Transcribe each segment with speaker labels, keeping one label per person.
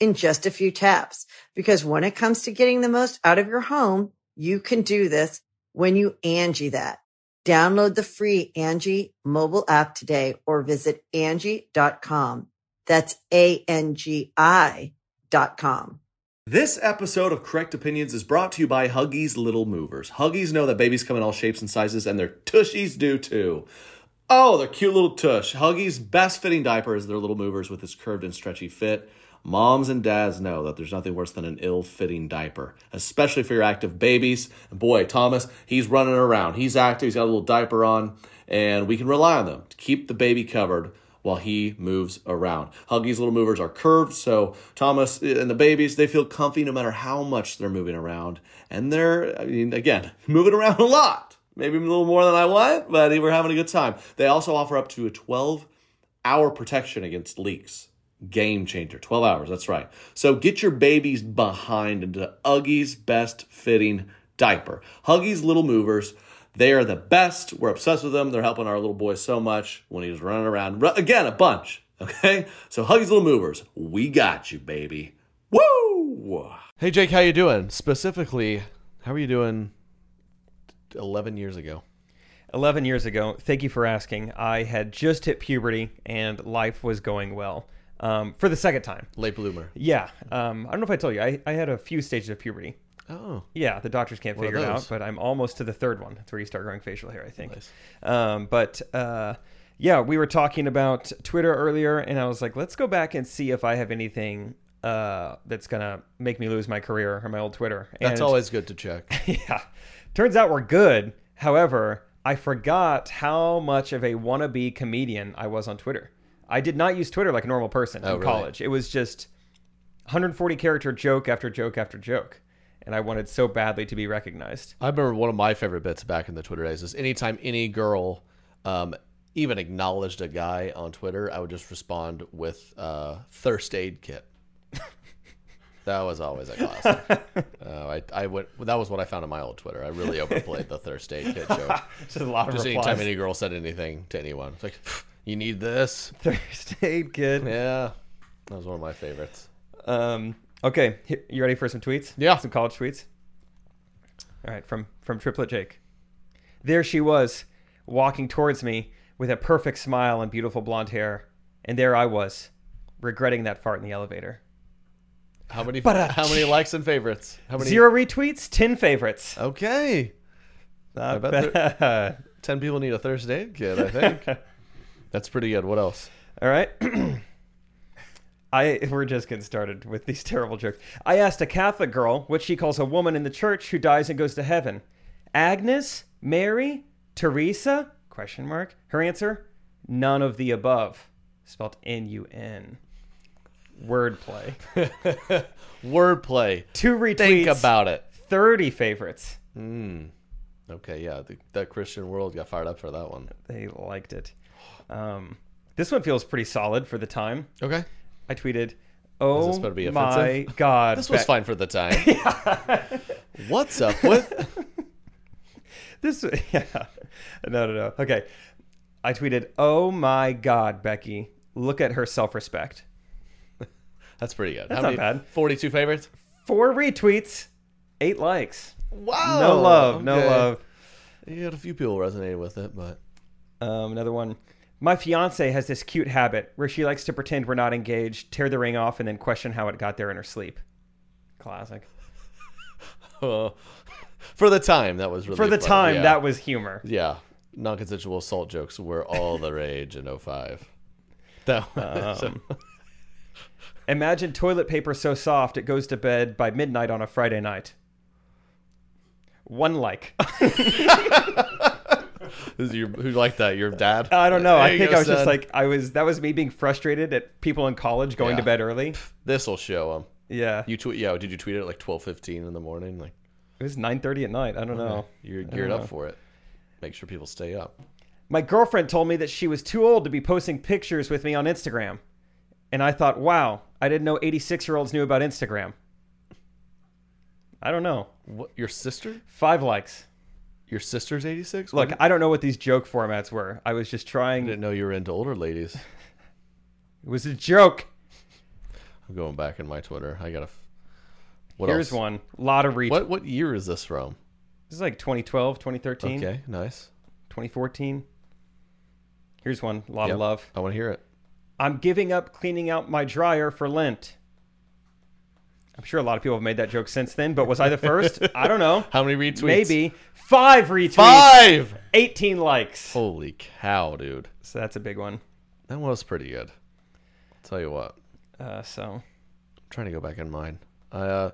Speaker 1: in just a few taps. Because when it comes to getting the most out of your home, you can do this when you Angie that. Download the free Angie mobile app today or visit Angie.com. That's A-N-G-I dot com.
Speaker 2: This episode of Correct Opinions is brought to you by Huggies Little Movers. Huggies know that babies come in all shapes and sizes, and their tushies do too. Oh, their cute little tush. Huggies' best fitting diaper is their little movers with its curved and stretchy fit. Moms and dads know that there's nothing worse than an ill fitting diaper, especially for your active babies. And boy, Thomas, he's running around. He's active, he's got a little diaper on, and we can rely on them to keep the baby covered while he moves around. Huggies little movers are curved, so Thomas and the babies, they feel comfy no matter how much they're moving around. And they're, I mean, again, moving around a lot. Maybe a little more than I want, but we're having a good time. They also offer up to a 12 hour protection against leaks. Game changer. 12 hours, that's right. So get your babies behind into Huggies' best fitting diaper. Huggies Little Movers, they are the best. We're obsessed with them. They're helping our little boy so much when he's running around. Ru- Again, a bunch, okay? So Huggies Little Movers, we got you, baby. Woo! Hey, Jake, how you doing? Specifically, how are you doing 11 years ago?
Speaker 3: 11 years ago, thank you for asking. I had just hit puberty and life was going well um, for the second time.
Speaker 2: Late bloomer.
Speaker 3: Yeah. Um, I don't know if I told you, I, I had a few stages of puberty.
Speaker 2: Oh.
Speaker 3: Yeah, the doctors can't
Speaker 2: What are
Speaker 3: figure it out,
Speaker 2: those?
Speaker 3: but I'm almost to the third one. That's where you start growing facial hair, I think. Um, but uh, yeah, we were talking about Twitter earlier, and I was like, let's go back and see if I have anything uh, that's going to make me lose my career or my old Twitter.
Speaker 4: That's
Speaker 3: And-
Speaker 4: always good to check.
Speaker 3: yeah. Turns out we're good. However, I forgot how much of a wannabe comedian I was on Twitter. I did not use Twitter like a normal person in
Speaker 4: really?
Speaker 3: college. It was just 140 character joke after joke after joke. And I wanted so badly to be recognized.
Speaker 4: I remember one of my favorite bits back in the Twitter days is anytime any girl um, even acknowledged a guy on Twitter, I would just respond with uh, thirst aid kit. that was always a classic. uh, I, I went, that was what I found on my old Twitter. I really overplayed the thirst aid kit joke.
Speaker 3: Just a lot of
Speaker 4: Just
Speaker 3: replies.
Speaker 4: anytime any girl said anything to anyone, it's like, you need this.
Speaker 3: Thirst aid kid.
Speaker 4: Yeah. That was one of my favorites.
Speaker 3: Um, okay, here- you ready for some tweets?
Speaker 4: Yeah.
Speaker 3: some college tweets. All right, from from Triplet Jake. There she was, walking towards me with a perfect smile and beautiful blonde hair, and there I was, regretting that fart in the elevator.
Speaker 4: How many,
Speaker 3: Ba-da-tsh.
Speaker 4: how many likes and favorites? How many?
Speaker 3: uh, Zero retweets, ten favorites.
Speaker 4: Okay.
Speaker 3: Not
Speaker 4: bet
Speaker 3: bad.
Speaker 4: 10 people need a Thirst aid kit, I think. That's pretty good. What else?
Speaker 3: All right. I we're just getting started with these terrible jokes. I asked a Catholic girl what she calls a woman in the church who dies and goes to heaven. Agnes, Mary, Teresa? Question mark. Her answer: none of the above. Spelled N U N. Wordplay.
Speaker 4: Wordplay.
Speaker 3: Two retweets.
Speaker 4: Think about it.
Speaker 3: thirty favorites.
Speaker 4: Okay, yeah, the, that Christian world got fired up for that one.
Speaker 3: They liked it. Um, this one feels pretty solid for the time.
Speaker 4: Okay.
Speaker 3: I tweeted, "Oh
Speaker 4: this better be
Speaker 3: my
Speaker 4: offensive?
Speaker 3: God!"
Speaker 4: This was
Speaker 3: Beck-
Speaker 4: fine for the time. What's up with?
Speaker 3: This, yeah. No, no, no. Okay. I tweeted, Oh my God, Becky. Look at her self respect.
Speaker 4: That's pretty good.
Speaker 3: That's not bad.
Speaker 4: 42 favorites?
Speaker 3: Four retweets, eight likes.
Speaker 4: Wow.
Speaker 3: No love, no
Speaker 4: Oh, okay.
Speaker 3: love.
Speaker 4: You had a few people resonating with it, but
Speaker 3: Um, another one. My fiance has this cute habit where she likes to pretend we're not engaged, tear the ring off, and then question how it got there in her sleep. Classic.
Speaker 4: uh, For the time, that was really
Speaker 3: For the
Speaker 4: funny,
Speaker 3: time,
Speaker 4: yeah.
Speaker 3: that was humor.
Speaker 4: yeah, non-consensual assault jokes were all the rage in 05. That
Speaker 3: Um.
Speaker 4: was
Speaker 3: Imagine toilet paper so soft it goes to bed by midnight on a Friday night. One like.
Speaker 4: who's your, who liked that? Your dad?
Speaker 3: I don't know.
Speaker 4: There
Speaker 3: I
Speaker 4: you
Speaker 3: think
Speaker 4: go,
Speaker 3: I was just
Speaker 4: son.
Speaker 3: like I was. That was me being frustrated at people in college going to
Speaker 4: Yeah.
Speaker 3: bed early.
Speaker 4: this will show him.
Speaker 3: Yeah,
Speaker 4: You tweet, yo, did you tweet it at like 12:15 in the morning? Like
Speaker 3: it was nine thirty at night. I don't know.
Speaker 4: you're geared up for it. Make sure people stay up.
Speaker 3: My girlfriend told me that she was too old to be posting pictures with me on Instagram, and I thought, wow, I didn't know eighty-six-year-olds knew about Instagram. I don't know.
Speaker 4: What? Your sister?
Speaker 3: Five likes.
Speaker 4: Your sister's 86?
Speaker 3: Look,
Speaker 4: What?
Speaker 3: I don't know what these joke formats were. I was just
Speaker 4: I
Speaker 3: trying. It
Speaker 4: Mm-hmm. didn't know you were into older ladies.
Speaker 3: was a joke.
Speaker 4: I'm going back in my Twitter. I gotta. f- What
Speaker 3: Here's
Speaker 4: else?
Speaker 3: one. Lot of reach.
Speaker 4: What what year is this from?
Speaker 3: This is like 2012, 2013,
Speaker 4: Okay, nice.
Speaker 3: 2014. Here's one. Lot
Speaker 4: Yep.
Speaker 3: of love.
Speaker 4: I want to hear it.
Speaker 3: I'm giving up cleaning out my dryer for Lent. I'm sure a lot of people have made that joke since then, but was I the first? I don't know.
Speaker 4: How many retweets?
Speaker 3: Maybe five retweets,
Speaker 4: five.
Speaker 3: 18 likes.
Speaker 4: Holy cow, dude!
Speaker 3: So that's a big one.
Speaker 4: That was pretty good. I'll tell you what.
Speaker 3: Uh, so
Speaker 4: trying to go back in mine. I, uh,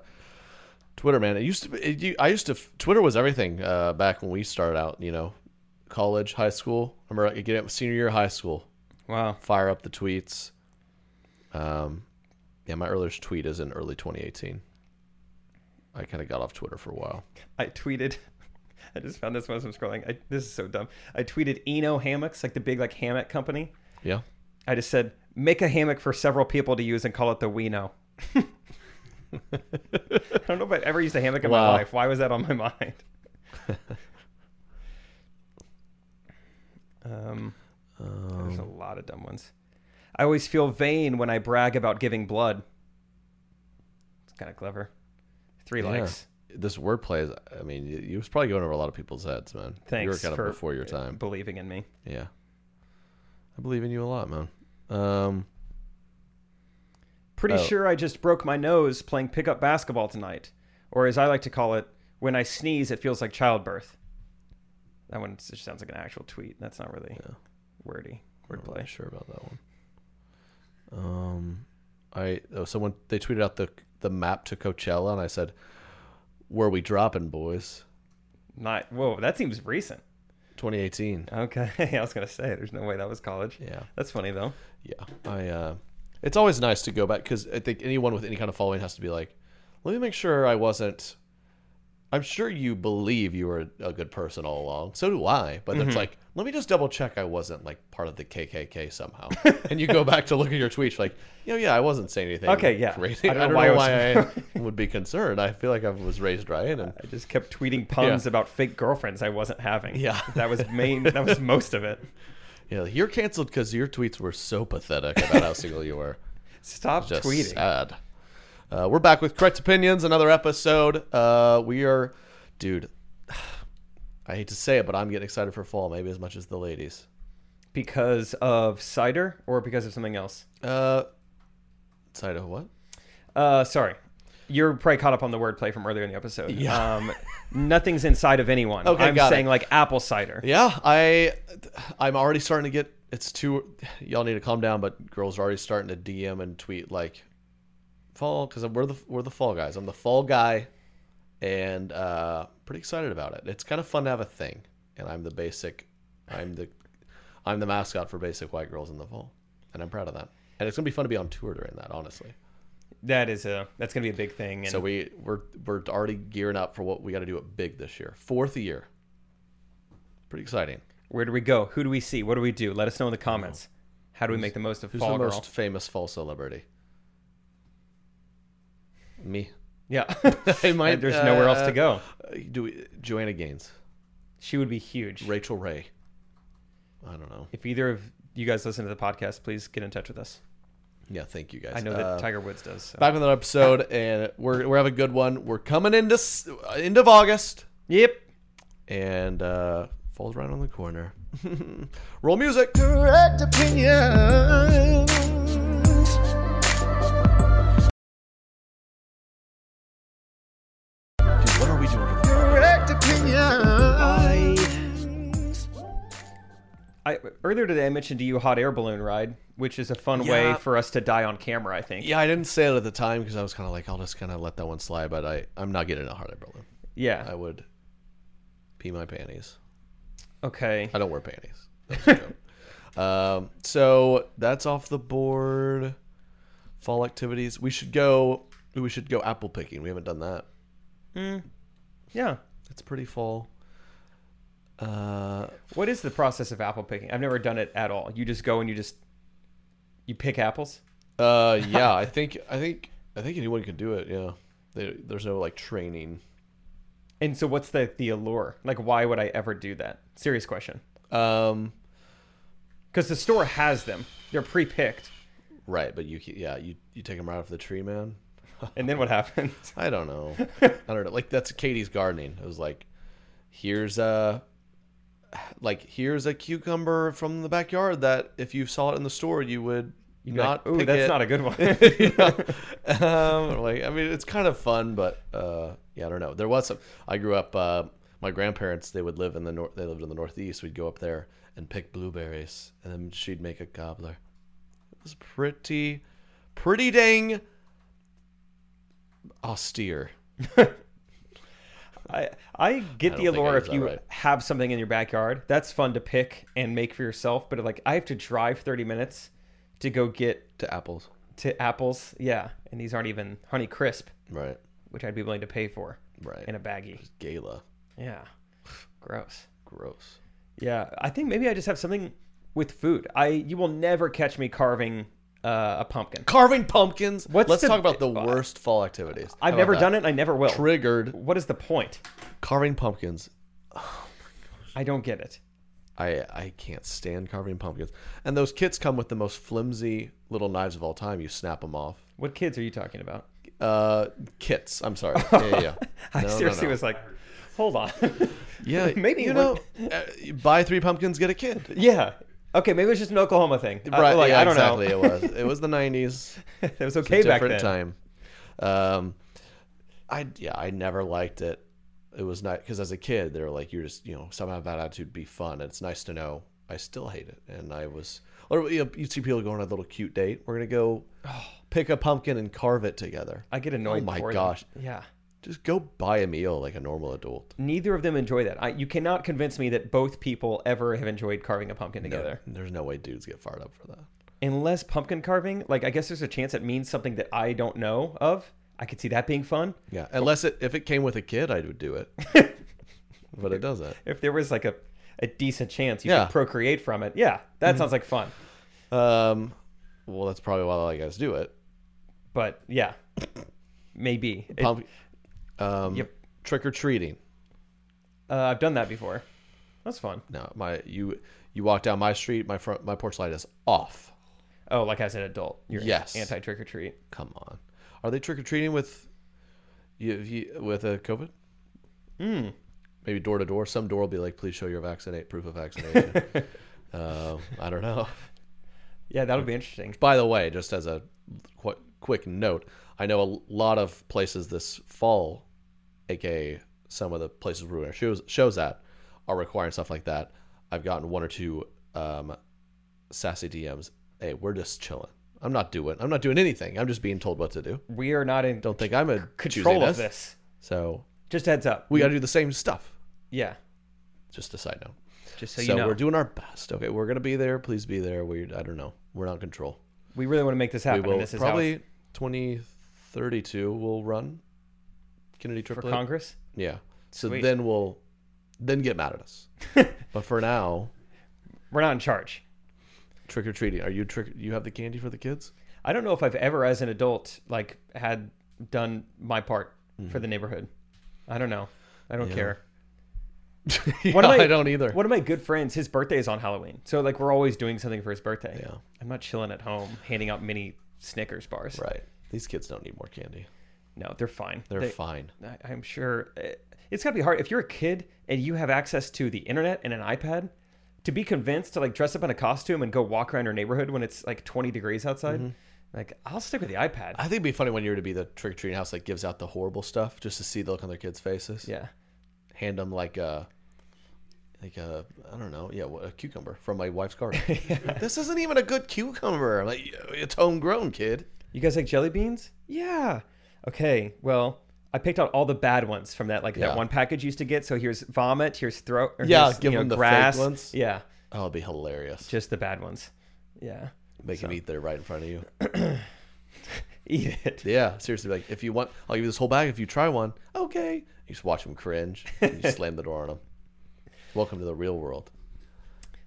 Speaker 4: Twitter, man. It used to. Be, it, you, I used to. f- Twitter was everything uh, back when we started out. You know, college, high school. I remember I get up senior year of high school,
Speaker 3: wow,
Speaker 4: fire up the tweets. Um, yeah, my earliest tweet is in early 2018. I kind of got off Twitter for a while.
Speaker 3: I tweeted. I just found this one as I'm scrolling. I, this is so dumb. I tweeted Eno Hammocks, like the big like hammock company.
Speaker 4: Yeah,
Speaker 3: I just said make a hammock for several people to use and call it the Weeno. I don't know if I've ever used a hammock in
Speaker 4: Wow.
Speaker 3: my life. Why was that on my mind? um, there's a
Speaker 4: Um,
Speaker 3: lot of dumb ones. I always feel vain when I brag about giving blood. It's kind of clever. Three
Speaker 4: Yeah.
Speaker 3: likes.
Speaker 4: This wordplay is. I mean, it, it was probably going over a lot of people's heads, man. you were
Speaker 3: Thanks
Speaker 4: kind of
Speaker 3: for
Speaker 4: before your time.
Speaker 3: believing in me.
Speaker 4: Yeah, I believe in you a lot, man. Um,
Speaker 3: Pretty
Speaker 4: Oh.
Speaker 3: sure I just broke my nose playing pickup basketball tonight. Or as I like to call it, when I sneeze, it feels like childbirth. That one just sounds like an actual tweet. That's not really wordy.
Speaker 4: I'm
Speaker 3: Wordplay.
Speaker 4: not sure about that one. Um, I oh, someone they tweeted out the the map to Coachella, and I said, "Where we dropping, boys?"
Speaker 3: Not whoa, that seems recent.
Speaker 4: 2018.
Speaker 3: Okay. I was gonna say there's no way that was college.
Speaker 4: Yeah,
Speaker 3: That's funny though.
Speaker 4: yeah. I uh, it's always nice to go back because I think anyone with any kind of following has to be like, "Let me make sure I wasn't." I'm sure you believe you were a good person all along. So do I. But it's like, let me just double check I wasn't like part of the KKK somehow. and you go back to look at your tweets, like, you know, yeah, I wasn't saying anything.
Speaker 3: Okay, yeah.
Speaker 4: Crazy. I don't, know, why, I Uh, would be concerned. I feel like I was raised right. And
Speaker 3: I just kept tweeting puns
Speaker 4: Yeah.
Speaker 3: about fake girlfriends I wasn't having.
Speaker 4: Yeah.
Speaker 3: That was main that was most of it.
Speaker 4: you know, you're canceled because your tweets were so pathetic about how single you were.
Speaker 3: Stop
Speaker 4: just
Speaker 3: tweeting.
Speaker 4: sad. Uh, we're back with correct opinions. Another episode. Uh, we are, dude. I hate to say it, but I'm getting excited for fall. Maybe as much as the ladies.
Speaker 3: Because of cider or because of something else?
Speaker 4: Uh, excited what?
Speaker 3: Uh, sorry. You're probably caught up on the wordplay from earlier in the episode.
Speaker 4: Yeah.
Speaker 3: Um, nothing's inside of anyone.
Speaker 4: Okay,
Speaker 3: I'm
Speaker 4: got it.
Speaker 3: saying like apple cider.
Speaker 4: Yeah, I, I'm already starting to get. It's too. Y'all need to calm down. But girls are already starting to DM and tweet like, fall because we're the we're the fall guys. I'm the fall guy, and uh, pretty excited about it. It's kind of fun to have a thing, and I'm the basic. I'm the, I'm the mascot for basic white girls in the fall, and I'm proud of that. And it's gonna be fun to be on tour during that, honestly.
Speaker 3: That is a that's gonna be a big thing. And
Speaker 4: So we we're we're already gearing up for what we got to do at big this year. Fourth year. Pretty exciting.
Speaker 3: where do we go? Who do we see? What do we do? Let us know in the comments. How do we make the most of
Speaker 4: Oh. Who's
Speaker 3: fall
Speaker 4: the
Speaker 3: girl?
Speaker 4: most famous fall celebrity? Me.
Speaker 3: Yeah.
Speaker 4: I might,
Speaker 3: There's nowhere else
Speaker 4: uh,
Speaker 3: to go.
Speaker 4: Do we, Joanna Gaines,
Speaker 3: She would be huge.
Speaker 4: Rachel Ray. I don't know.
Speaker 3: If either of you guys listen to the podcast, please get in touch with us.
Speaker 4: Yeah, thank you guys.
Speaker 3: I know that
Speaker 4: Uh,
Speaker 3: Tiger Woods does. so.
Speaker 4: back with another episode, and we're we're having a good one. We're coming into s- uh, end of August,
Speaker 3: Yep.
Speaker 4: and uh, falls right on the corner. Roll music. Correct opinions. Dude, what are we doing? Correct
Speaker 3: I earlier today I mentioned to you hot air balloon ride, which is a fun way
Speaker 4: Yeah.
Speaker 3: for us to die on camera. I think.
Speaker 4: Yeah, I didn't say it at the time because I was kind of like, I'll just kind of let that one slide. But I, I'm not getting a hard air balloon.
Speaker 3: Yeah.
Speaker 4: I would pee my panties.
Speaker 3: Okay.
Speaker 4: I don't wear panties. That was a joke. um, so that's off the board. Fall activities. We should go. We should go apple picking. We haven't done that.
Speaker 3: Yeah.
Speaker 4: It's pretty fall. Uh,
Speaker 3: What is the process of apple picking? I've never done it at all. You just go and you just you pick apples.
Speaker 4: uh, yeah. I think. I think. I think anyone can do it. Yeah. They, there's no like training.
Speaker 3: And so, what's the the allure? Like, why would I ever do that? Serious question.
Speaker 4: Um,
Speaker 3: Because the store has them. They're pre-picked.
Speaker 4: right. But you. ca- Yeah. You. You take them right off the tree, man.
Speaker 3: And then what happens?
Speaker 4: I don't know. I don't know. Like that's Katie's gardening. It was like, here's a, like here's a cucumber from the backyard that if you saw it in the store you would
Speaker 3: You'd be
Speaker 4: not.
Speaker 3: like, ooh,
Speaker 4: pick
Speaker 3: that's
Speaker 4: it."
Speaker 3: not a good one.
Speaker 4: You know? um, like I mean, it's kind of fun, but uh, yeah, I don't know. There was some. I grew up. Uh, my grandparents they would live in the north. They lived in the northeast. We'd go up there and pick blueberries, and then she'd make a gobbler. It was pretty, pretty dang austere.
Speaker 3: I I get
Speaker 4: don't
Speaker 3: the
Speaker 4: think I
Speaker 3: allure
Speaker 4: use
Speaker 3: if
Speaker 4: that
Speaker 3: you
Speaker 4: right.
Speaker 3: have something in your backyard. That's fun to pick and make for yourself. But like, I have to drive 30 minutes to go get
Speaker 4: to apples.
Speaker 3: to apples. Yeah, and these aren't even Honey Crisp,
Speaker 4: Right.
Speaker 3: which I'd be willing to pay for
Speaker 4: Right.
Speaker 3: in a baggie.
Speaker 4: Gala.
Speaker 3: Yeah, gross.
Speaker 4: Gross.
Speaker 3: Yeah, I think maybe I just have something with food. I you will never catch me carving uh, a pumpkin.
Speaker 4: Carving pumpkins.
Speaker 3: What's
Speaker 4: Let's
Speaker 3: the- uh,
Speaker 4: talk about the worst fall activities.
Speaker 3: I've never done it. and I never will.
Speaker 4: Triggered
Speaker 3: what is the point?
Speaker 4: carving pumpkins.
Speaker 3: I don't get it.
Speaker 4: I I can't stand carving pumpkins. And those kits come with the most flimsy little knives of all time. You snap them off.
Speaker 3: What kids are you talking about?
Speaker 4: Uh, kits. I'm sorry. Yeah, yeah. yeah.
Speaker 3: I
Speaker 4: No, no,
Speaker 3: seriously
Speaker 4: no.
Speaker 3: was like, hold on.
Speaker 4: Yeah,
Speaker 3: Maybe
Speaker 4: you
Speaker 3: it
Speaker 4: know. uh, you buy three pumpkins, get a kid.
Speaker 3: yeah. Okay, maybe it was just an Oklahoma thing. I-
Speaker 4: Right.
Speaker 3: like,
Speaker 4: yeah,
Speaker 3: I don't
Speaker 4: exactly.
Speaker 3: know.
Speaker 4: It was. It was the '90s.
Speaker 3: it was okay back then.
Speaker 4: different time. Um, I yeah, I never liked it. It was not because as a kid they were like you're just you know somehow that attitude be fun. It's nice to know. I still hate it, and I was or you know, you'd see people go on a little cute date. We're gonna go pick a pumpkin and carve it together.
Speaker 3: Oh. I get annoyed.
Speaker 4: Oh my
Speaker 3: for them.
Speaker 4: gosh.
Speaker 3: Yeah.
Speaker 4: Just go buy a meal like a normal adult.
Speaker 3: Neither of them enjoy that. I, you cannot convince me that both people ever have enjoyed carving a pumpkin together.
Speaker 4: There's no way dudes get fired up for that.
Speaker 3: Unless pumpkin carving, like I guess there's a chance it means something that I don't know of. I could see that being fun.
Speaker 4: Yeah, unless it if it came with a kid, I would do it. but it doesn't.
Speaker 3: If there was like a, a decent chance you
Speaker 4: Yeah. Mm-hmm.
Speaker 3: could procreate from it, yeah, that sounds like fun.
Speaker 4: Um, well, that's probably why a lot of guys do it.
Speaker 3: But yeah, maybe. It-
Speaker 4: Pump, um,
Speaker 3: Yep.
Speaker 4: trick or treating.
Speaker 3: uh, I've done that before. That's fun.
Speaker 4: No, my you you walk down my street, my front my porch light is off.
Speaker 3: Oh, like as an adult, you're
Speaker 4: Yes.
Speaker 3: anti trick or treat.
Speaker 4: Come on, are they trick or treating with you, you with a COVID? Mm.
Speaker 3: Hmm.
Speaker 4: Maybe door to door. Some door will be like, please show your vaccinate proof of vaccination. um, I don't know.
Speaker 3: Yeah, that'll be interesting.
Speaker 4: By the way, just as a qu- quick note, I know a lot of places this fall, aka some of the places we're doing our shows, shows at, are requiring stuff like that. I've gotten one or two um, sassy DMs. Hey, we're just chilling. I'm not doing. I'm not doing anything. I'm just being told what to do.
Speaker 3: We are not in
Speaker 4: Don't think I'm a
Speaker 3: control of this.
Speaker 4: So
Speaker 3: Just heads up.
Speaker 4: we got to do the same stuff.
Speaker 3: yeah.
Speaker 4: Just a side note.
Speaker 3: Just so,
Speaker 4: So,
Speaker 3: you know,
Speaker 4: we're doing our best. Okay, we're gonna be there. Please be there. We I don't know. We're not in control.
Speaker 3: we really want to make this
Speaker 4: we
Speaker 3: happen.
Speaker 4: will
Speaker 3: and this is
Speaker 4: probably
Speaker 3: how
Speaker 4: 2032 we'll run Kennedy
Speaker 3: it's for
Speaker 4: triplet.
Speaker 3: Congress.
Speaker 4: yeah. So
Speaker 3: Sweet.
Speaker 4: then we'll then get mad at us. but for now,
Speaker 3: We're not in charge.
Speaker 4: trick or treating. Are you trick? You have the candy for the kids?
Speaker 3: I don't know if I've ever, as an adult, like had done my part for
Speaker 4: Mm-hmm.
Speaker 3: the neighborhood. I don't know. I don't care.
Speaker 4: yeah,
Speaker 3: One of my-
Speaker 4: I don't either.
Speaker 3: One of my good friends, his birthday is on Halloween, so like we're always doing something for his birthday.
Speaker 4: Yeah.
Speaker 3: I'm not chilling at home handing out mini Snickers bars.
Speaker 4: Right. These kids don't need more candy.
Speaker 3: No, they're fine.
Speaker 4: They're
Speaker 3: They-
Speaker 4: fine.
Speaker 3: I- I'm sure it- it's got to be hard if you're a kid and you have access to the internet and an iPad to be convinced to like dress up in a costume and go walk around your neighborhood when it's like 20 degrees outside. Like I'll stick with the iPad.
Speaker 4: Mm-hmm. I think it'd be funny one year to be the trick or treating house that gives out the horrible stuff just to see the look on their kids' faces.
Speaker 3: yeah.
Speaker 4: Hand them like a like a I don't know, yeah, what- a cucumber from my wife's garden. This isn't even a good cucumber. I'm like it's homegrown, kid.
Speaker 3: You guys like jelly beans? Yeah. Okay. Well, I picked out all the bad ones from that, like
Speaker 4: Yeah.
Speaker 3: that one package you used to get. So here's vomit. Here's throat. Or
Speaker 4: Yeah,
Speaker 3: here's,
Speaker 4: give
Speaker 3: you know,
Speaker 4: them the fake
Speaker 3: grass.
Speaker 4: ones.
Speaker 3: Yeah,
Speaker 4: Oh, it'd be hilarious.
Speaker 3: just the bad ones. Yeah.
Speaker 4: Make him eat there right in front of you.
Speaker 3: Eat it.
Speaker 4: Yeah, seriously. Like, if you want, I'll give you this whole bag. If you try one, okay. You just watch him cringe. And you slam the door on him. Welcome to the real world.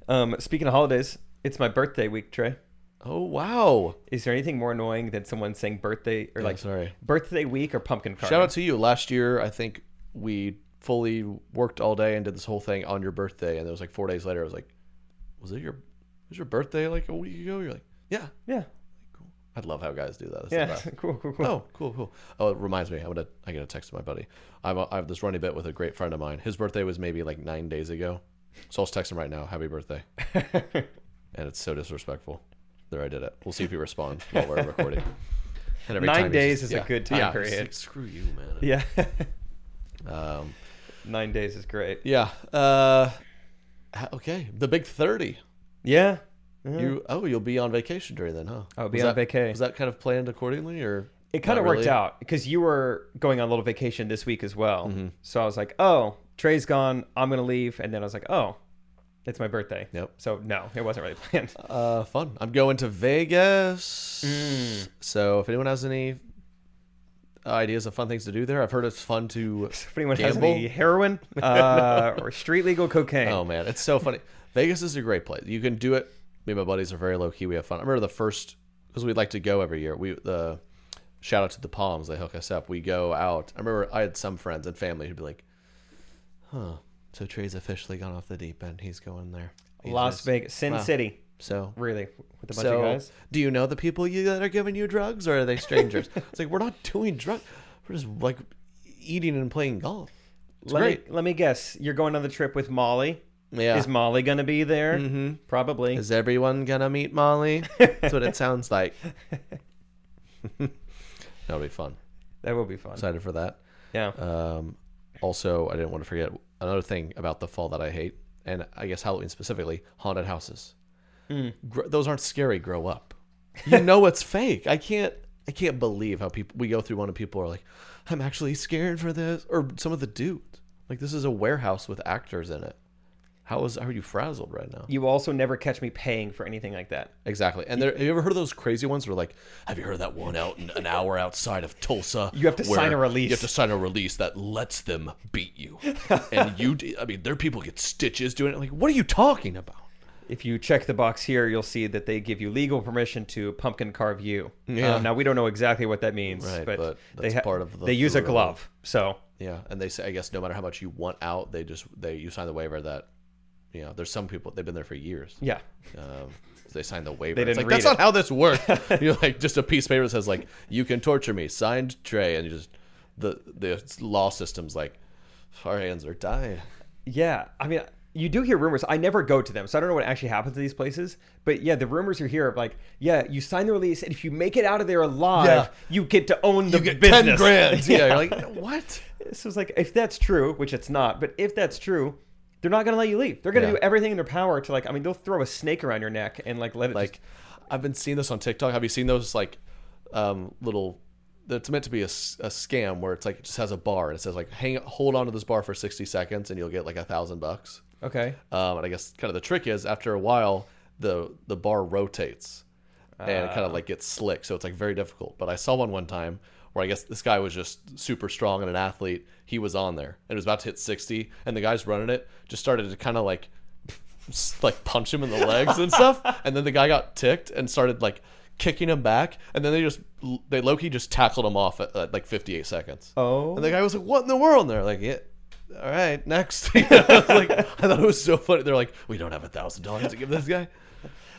Speaker 3: Um, speaking of holidays, it's my birthday week, Trey.
Speaker 4: Oh wow!
Speaker 3: Is there anything more annoying than someone saying birthday or like
Speaker 4: sorry.
Speaker 3: birthday week or pumpkin carving?
Speaker 4: Shout out to you. Last year, I think we fully worked all day and did this whole thing on your birthday. And it was like four days later. I was like, "Was it your was your birthday like a week ago?" You're like, "Yeah."
Speaker 3: Yeah.
Speaker 4: I'd love how guys do that. That's the
Speaker 3: Yeah.
Speaker 4: best.
Speaker 3: cool. Cool. Cool.
Speaker 4: Oh, cool, cool. Oh, it reminds me. I'm gonna I gotta text my buddy. I'm I have this running bit with a great friend of mine. His birthday was maybe like nine days ago, so I'll just text him right now. Happy birthday. and it's so disrespectful. There, I did it. We'll see if he responds while we're recording. And every
Speaker 3: Nine
Speaker 4: he's
Speaker 3: days is a good time
Speaker 4: he's
Speaker 3: period.
Speaker 4: like, Screw you, man.
Speaker 3: Yeah.
Speaker 4: Um,
Speaker 3: Nine days is great.
Speaker 4: yeah. Uh, ha- okay. The big thirty.
Speaker 3: Yeah.
Speaker 4: You oh you'll be on vacation during then, huh?
Speaker 3: I'll be
Speaker 4: Was
Speaker 3: on
Speaker 4: that-
Speaker 3: vacay.
Speaker 4: Was that kind of planned accordingly, or
Speaker 3: It kind of
Speaker 4: not
Speaker 3: worked
Speaker 4: really?
Speaker 3: out because you were going on a little vacation this week as well.
Speaker 4: Mm-hmm.
Speaker 3: So I was like, oh, Trey's gone. I'm going to leave. And then I was like, oh, it's my birthday.
Speaker 4: Yep.
Speaker 3: So no, it wasn't really planned.
Speaker 4: Uh, fun. I'm going to Vegas.
Speaker 3: Mm.
Speaker 4: So if anyone has any ideas of fun things to do there, I've heard it's fun to.
Speaker 3: if anyone
Speaker 4: Gamble?
Speaker 3: has any heroin uh, or street legal cocaine,
Speaker 4: Oh man, it's so funny. Vegas is a great place. You can do it. Me and my buddies are very low key. We have fun. I remember the first because we'd like to go every year. We the shout out to the Palms. They hook us up. We go out. I remember I had some friends and family who'd be like, "Huh." So Trey's officially gone off the deep end. He's going there. He
Speaker 3: Las
Speaker 4: just-
Speaker 3: Vegas, Sin City,
Speaker 4: So
Speaker 3: really, with a bunch
Speaker 4: So,
Speaker 3: of guys.
Speaker 4: do you know the people you that are giving you drugs, or are they strangers? it's like we're not doing drugs. We're just like eating and playing golf. It's
Speaker 3: Let
Speaker 4: great.
Speaker 3: me, let me guess. You're going on the trip with Molly.
Speaker 4: yeah.
Speaker 3: Is
Speaker 4: Is,
Speaker 3: Molly going to be there? Mm-hmm. Probably.
Speaker 4: everyone gonna meet Molly? That's what it sounds like. That'll be fun.
Speaker 3: that will be fun.
Speaker 4: Excited for that.
Speaker 3: yeah.
Speaker 4: Um, also, I didn't want to forget another thing about the fall that I hate, and I guess Halloween specifically, haunted houses. Gr- those aren't scary. Grow up. You know it's fake. I can't. I can't believe how people we go through one and people are like, "I'm actually scared for this," or some of the dudes like, "This is a warehouse with actors in it." How is how are you frazzled right now?
Speaker 3: you also never catch me paying for anything like that.
Speaker 4: Exactly. And there, have you ever heard of those crazy ones where like, have you heard of that one out in, an hour outside of Tulsa?
Speaker 3: You have to
Speaker 4: where
Speaker 3: sign a release.
Speaker 4: You have to sign a release that lets them beat you. and you, d- I mean, their people get stitches doing it. Like, what are you talking about?
Speaker 3: if you check the box here, you'll see that they give you legal permission to pumpkin carve you.
Speaker 4: Yeah.
Speaker 3: Um, now we don't know exactly what that means,
Speaker 4: Right,
Speaker 3: but,
Speaker 4: but
Speaker 3: they
Speaker 4: that's part of the
Speaker 3: they use a
Speaker 4: thrill.
Speaker 3: glove. So
Speaker 4: Yeah. And they say, I guess no matter how much you want out, they just they you sign the waiver that, you know, there's some people they've been there for years.
Speaker 3: yeah,
Speaker 4: Um, so they signed the waiver.
Speaker 3: They
Speaker 4: it's
Speaker 3: didn't
Speaker 4: like
Speaker 3: read
Speaker 4: that's
Speaker 3: it.
Speaker 4: not how this works. You're like just a piece of paper that says like you can torture me, signed Trey, and you just the the law system's like our hands are tied.
Speaker 3: yeah. I mean, you do hear rumors. I never go to them, so I don't know what actually happens to these places. But yeah, the rumors you hear of like, yeah, you sign the release, and if you make it out of there alive,
Speaker 4: Yeah.
Speaker 3: you get to own the
Speaker 4: You get
Speaker 3: business.
Speaker 4: ten grand. Yeah, you're like what?
Speaker 3: So it's like if that's true, which it's not, but if that's true. They're not going to let you leave. They're going to
Speaker 4: Yeah.
Speaker 3: do everything in their power to like. I mean, they'll throw a snake around your neck and like let it
Speaker 4: Like I've been seeing this on TikTok. Have you seen those like um, little? That's meant to be a, s- a scam where it's like it just has a bar and it says like hang hold on to this bar for sixty seconds and you'll get like a thousand bucks.
Speaker 3: Just, okay.
Speaker 4: Um, and I guess kind of the trick is after a while the the bar rotates and it kind of like gets slick, so it's like very difficult. But I saw one one time where I guess this guy was just super strong and an athlete. He was on there and it was about to hit sixty, and the guys running it just started to kind of like s- like punch him in the legs and stuff. And then the guy got ticked and started like kicking him back, and then they just they Loki just tackled him off at, at like fifty eight seconds.
Speaker 3: Oh.
Speaker 4: And the guy was like, "What in the world?" And they're like, "Yeah, all right, next." You know, I was like, I thought it was so funny. They're like, "We don't have a thousand dollars to give this guy."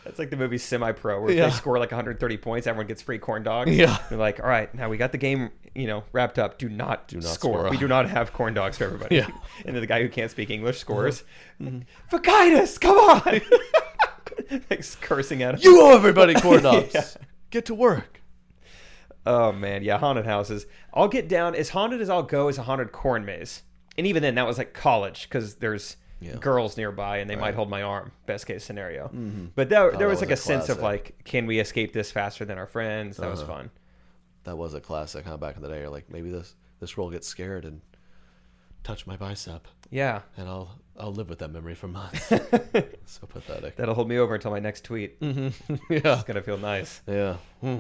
Speaker 3: It's like the movie Semi Pro, where if
Speaker 4: Yeah.
Speaker 3: they score like 130 points, everyone gets free corn dogs.
Speaker 4: Yeah.
Speaker 3: They're like, all right, now we got the game, you know, wrapped up. Do not, do
Speaker 4: not
Speaker 3: score.
Speaker 4: score.
Speaker 3: We do not have corn dogs for everybody.
Speaker 4: Yeah. Mm-hmm.
Speaker 3: and then the guy who can't speak English scores. Vakitis, come on! like cursing at him.
Speaker 4: You owe everybody corn dogs. Get to work.
Speaker 3: Oh man, yeah, haunted houses. I'll get down as haunted as I'll go is a haunted corn maze, and even then that was like college because there's girls nearby and they might hold my arm. Best case scenario. But that, there
Speaker 4: Mm-hmm. Oh, that
Speaker 3: was like a,
Speaker 4: was a
Speaker 3: sense of
Speaker 4: classic. Uh-huh.
Speaker 3: like, can we escape this faster than our friends? That was fun.
Speaker 4: That was a classic, huh? Back in the day, like maybe this this role gets scared and touch my bicep,
Speaker 3: Yeah,
Speaker 4: and I'll I'll live with that memory for months. so pathetic.
Speaker 3: that'll hold me over until my next tweet.
Speaker 4: Mm-hmm. yeah,
Speaker 3: It's gonna feel nice.
Speaker 4: yeah. Hmm.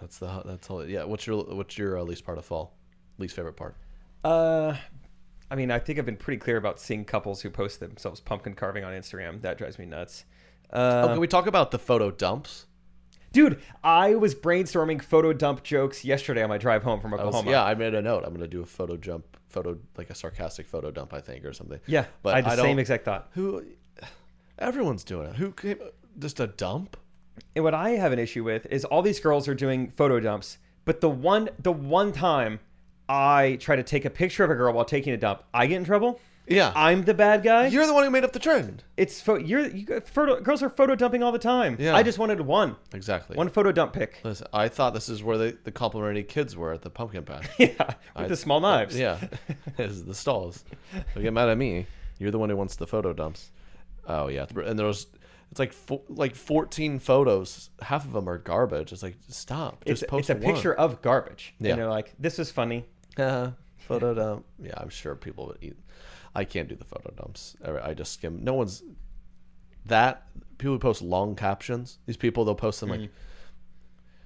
Speaker 4: That's the that's all. Yeah. What's your what's your uh, least part of fall? Least favorite part?
Speaker 3: Uh, I mean, I think I've been pretty clear about seeing couples who post themselves pumpkin carving on Instagram. That drives me nuts. Uh,
Speaker 4: Oh, can we talk about the photo dumps?
Speaker 3: Dude, I was brainstorming photo dump jokes yesterday on my drive home from
Speaker 4: I was-
Speaker 3: Oklahoma.
Speaker 4: yeah, I made a note. I'm gonna do a photo jump, photo like a sarcastic photo dump, I think, or something.
Speaker 3: yeah.
Speaker 4: but
Speaker 3: I had the
Speaker 4: I don't-
Speaker 3: same exact thought.
Speaker 4: Who? Everyone's doing it. Who came? Just a dump?
Speaker 3: And what I have an issue with is all these girls are doing photo dumps, but the one the one time I try to take a picture of a girl while taking a dump, I get in trouble.
Speaker 4: Yeah.
Speaker 3: I'm the bad guy.
Speaker 4: You're the one who made up the trend.
Speaker 3: it's pho- you're you, got- photo, girls are photo dumping all the time.
Speaker 4: Yeah.
Speaker 3: I just wanted one
Speaker 4: Exactly.
Speaker 3: one photo dump pic.
Speaker 4: Listen, I thought this is where the, the complimentary kids were at the pumpkin patch.
Speaker 3: yeah, with the small knives.
Speaker 4: yeah, This is the stalls. Don't get mad at me. You're the one who wants the photo dumps. Oh yeah, and there was it's like fo- like 14 photos. Half of them are garbage. It's like stop.
Speaker 3: It's,
Speaker 4: Just post
Speaker 3: it's a
Speaker 4: one.
Speaker 3: picture of garbage.
Speaker 4: Yeah.
Speaker 3: And they're like, this is funny.
Speaker 4: Uh, photo dump. Yeah, I'm sure people would eat. I can't do the photo dumps. I I just skim. No one's that people who post long captions. These people they'll post them like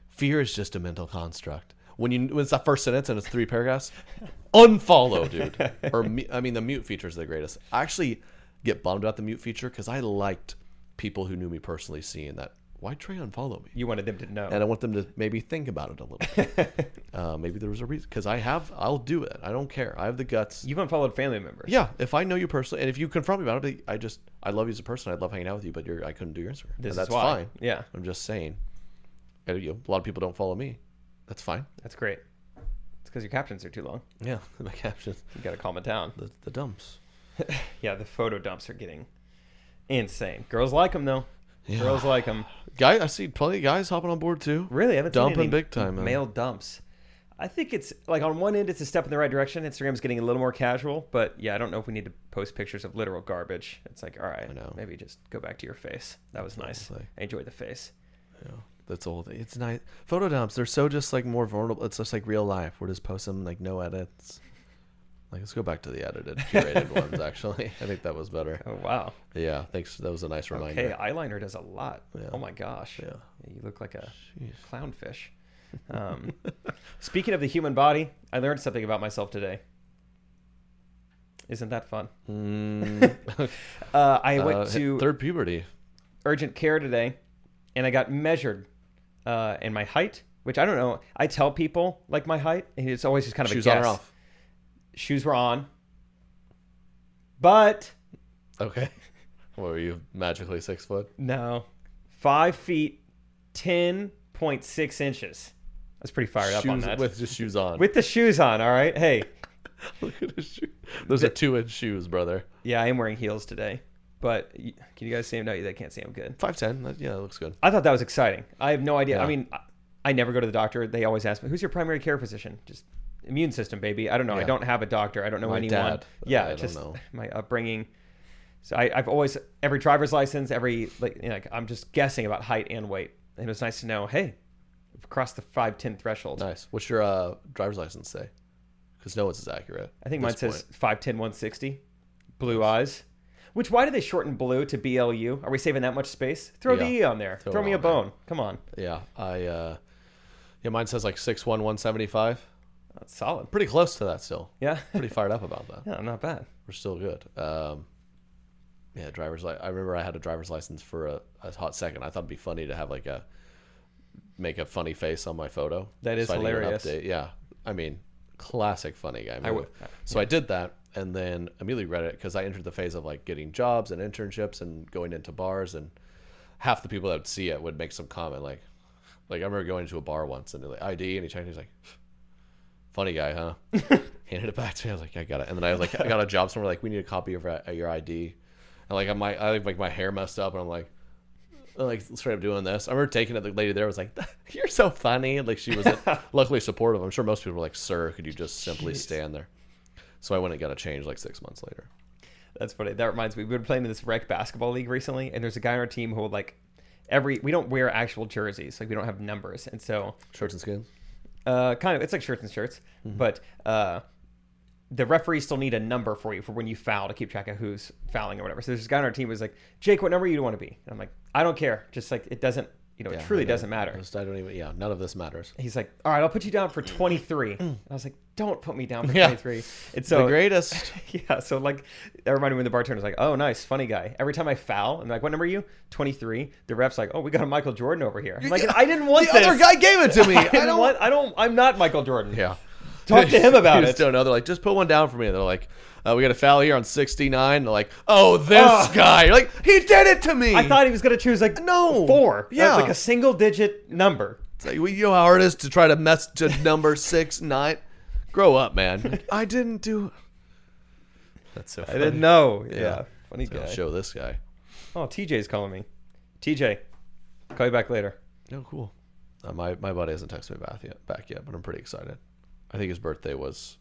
Speaker 4: fear is just a mental construct. When you when it's the first sentence and it's three paragraphs, unfollow, dude. or mu- I mean, the mute feature is the greatest. I actually get bummed about the mute feature because I liked people who knew me personally seeing that. Why Trey unfollow me?
Speaker 3: You wanted them to know.
Speaker 4: and uh, I want them to maybe think about it a little bit. uh, maybe there was a reason because I have, I'll do it. I don't care. I have the guts.
Speaker 3: You've unfollowed family members.
Speaker 4: yeah, if I know you personally, and if you confront me about it, I just, I love you as a person. I love hanging out with you, but you're, I couldn't do your Instagram. and
Speaker 3: This is
Speaker 4: that's
Speaker 3: why.
Speaker 4: fine.
Speaker 3: Yeah,
Speaker 4: I'm just saying. And, you know, a lot of people don't follow me. That's fine.
Speaker 3: that's great. It's because your captions are too long.
Speaker 4: Yeah, my captions,
Speaker 3: You got to calm it down.
Speaker 4: the, the dumps.
Speaker 3: Yeah, the photo dumps are getting insane. Girls like them though. Girls like them.
Speaker 4: Guy, I see plenty of guys hopping on board too.
Speaker 3: Really, I haven't seen
Speaker 4: Dumping
Speaker 3: any
Speaker 4: big time, man.
Speaker 3: Male dumps. I think it's like on one end, it's a step in the right direction. Instagram's getting a little more casual, but yeah, I don't know if we need to post pictures of literal garbage. It's like, all right,
Speaker 4: know.
Speaker 3: maybe just go back to your face. That was nice.
Speaker 4: Honestly.
Speaker 3: I enjoyed the face.
Speaker 4: That's old. It's nice. Photo dumps, they're so just like more vulnerable. It's just like real life. We're just posting like no edits. Like, let's go back to the edited, curated ones, actually. I think that was better.
Speaker 3: Oh wow.
Speaker 4: Yeah, thanks. That was a nice reminder.
Speaker 3: Okay, eyeliner does a lot. Oh my gosh.
Speaker 4: Yeah.
Speaker 3: You look like a clownfish. Um, speaking of the human body, I learned something about myself today. Isn't that fun? uh, I
Speaker 4: Mm. Uh,
Speaker 3: went
Speaker 4: hit
Speaker 3: to
Speaker 4: third puberty.
Speaker 3: urgent care today and I got measured uh, in my height, which I don't know. I tell people like my height, and it's always just kind of
Speaker 4: Shoes
Speaker 3: a
Speaker 4: on
Speaker 3: guess.
Speaker 4: or off?
Speaker 3: Shoes were on. But
Speaker 4: Okay. What were you magically six foot?
Speaker 3: No. Five feet, 10.6 inches. That's pretty fired up on
Speaker 4: Shoes
Speaker 3: that. With,
Speaker 4: with just shoes on.
Speaker 3: the shoes on, all right? Hey,
Speaker 4: Look at his shoe. Those are two inch shoes, brother.
Speaker 3: yeah, I am wearing heels today. But y- can you guys see them? No, they can't see them good.
Speaker 4: Five ten. That, yeah, that looks good.
Speaker 3: I thought that was exciting. I have no idea. I
Speaker 4: Yeah.
Speaker 3: mean, I, I never go to the doctor. They always ask me, who's your primary care physician? Just immune system, baby. I don't know. I
Speaker 4: Yeah.
Speaker 3: don't have a doctor. I don't know
Speaker 4: My
Speaker 3: anyone.
Speaker 4: dad.
Speaker 3: Yeah,
Speaker 4: I don't
Speaker 3: just
Speaker 4: know.
Speaker 3: my upbringing. So I, I've always every driver's license, every like, you know, like, I'm just guessing about height and weight. And it's nice to know, hey, we've crossed the five ten threshold.
Speaker 4: Nice. What's your uh, driver's license say? Because no one's is accurate.
Speaker 3: I think
Speaker 4: at
Speaker 3: mine
Speaker 4: this
Speaker 3: says
Speaker 4: point.
Speaker 3: 5'10", 160. Blue eyes. Which why do they shorten blue to BLU? Are we saving that much space? Throw the
Speaker 4: Yeah.
Speaker 3: E on there. Throw,
Speaker 4: Throw it
Speaker 3: me a
Speaker 4: on there.
Speaker 3: bone. Come on.
Speaker 4: Yeah, I. Uh, yeah, mine says like six one one seventy five.
Speaker 3: That's solid.
Speaker 4: Pretty close to that still.
Speaker 3: Yeah.
Speaker 4: Pretty fired up about that.
Speaker 3: yeah, not bad.
Speaker 4: We're still good. Um, yeah, driver's. Li- I remember I had a driver's license for a, a hot second. I thought it'd be funny to have like a make a funny face on my photo.
Speaker 3: That is
Speaker 4: I needed an
Speaker 3: hilarious.
Speaker 4: update. Yeah, I mean, classic funny guy. Move.
Speaker 3: would-
Speaker 4: so I did that, and then immediately read it because I entered the phase of like getting jobs and internships and going into bars, and half the people that would see it would make some comment like, like I remember going to a bar once and they're like ID, and he checked, and he's like, funny guy, huh? handed it back to me. I was like, I got it. And then I was like, I got a job somewhere. Like, we need a copy of uh, your ID. And like, I'm like, I have, like my hair messed up, and I'm like, I'm, like straight up doing this. I remember taking it. The lady there was like, "You're so funny." Like she was luckily supportive. I'm sure most people were like, "Sir, could you just simply stand there?" So I went and got a change like six months later.
Speaker 3: That's funny. That reminds me, we were playing in this rec basketball league recently, and there's a guy on our team who would like every. We don't wear actual jerseys, like we don't have numbers, and so
Speaker 4: Shirts and skins.
Speaker 3: uh, kind of it's like shirts and shirts,
Speaker 4: Mm-hmm.
Speaker 3: but uh, the referees still need a number for you for when you foul to keep track of who's fouling or whatever. So there's this guy on our team who's like, Jake, what number you want to be? And I'm like, I don't care. Just like it doesn't, you know, it truly doesn't matter.
Speaker 4: Just- I don't even. Yeah, none of this matters.
Speaker 3: He's like, all right, I'll put you down for 23. And I was like, don't put me down for
Speaker 4: Yeah.
Speaker 3: 23. And so
Speaker 4: the greatest.
Speaker 3: yeah, so like that reminded me when the bartender was like, "Oh, nice, funny guy." Every time I foul, I'm like, "What number are you?" Twenty three. The ref's like, "Oh, we got a Michael Jordan over here." I'm like, "I didn't want
Speaker 4: The
Speaker 3: this.
Speaker 4: other guy gave it to me.
Speaker 3: I,
Speaker 4: I,
Speaker 3: didn't
Speaker 4: don't.
Speaker 3: want. I don't. I'm not Michael Jordan.
Speaker 4: yeah.
Speaker 3: Talk to him about
Speaker 4: you
Speaker 3: it.
Speaker 4: Just don't know. They're like, just put one down for me. They're like, uh, we got a foul here on 69. They're like, oh, this
Speaker 3: Ugh.
Speaker 4: guy. You're like, he did it to me.
Speaker 3: I thought he was gonna choose like
Speaker 4: No.
Speaker 3: four. That's
Speaker 4: Yeah.
Speaker 3: like a single digit number.
Speaker 4: It's like, well, you know how hard it is to try to mess to number six, nine. Grow up, man. Like, I didn't do. That's so.
Speaker 3: I
Speaker 4: Funny.
Speaker 3: didn't know. Yeah,
Speaker 4: Yeah.
Speaker 3: funny
Speaker 4: I'll
Speaker 3: guy.
Speaker 4: show this guy.
Speaker 3: Oh, TJ's calling me. TJ, call you back later.
Speaker 4: Oh, cool. Uh, my my buddy hasn't texted me back yet, back yet, but I'm pretty excited. I think his birthday was,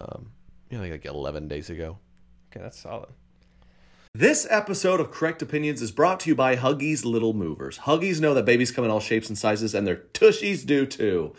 Speaker 4: um, you know, like 11 days ago.
Speaker 3: Okay, that's solid.
Speaker 2: This episode of Correct Opinions is brought to you by Huggies Little Movers. Huggies know that babies come in all shapes and sizes, and their tushies do too.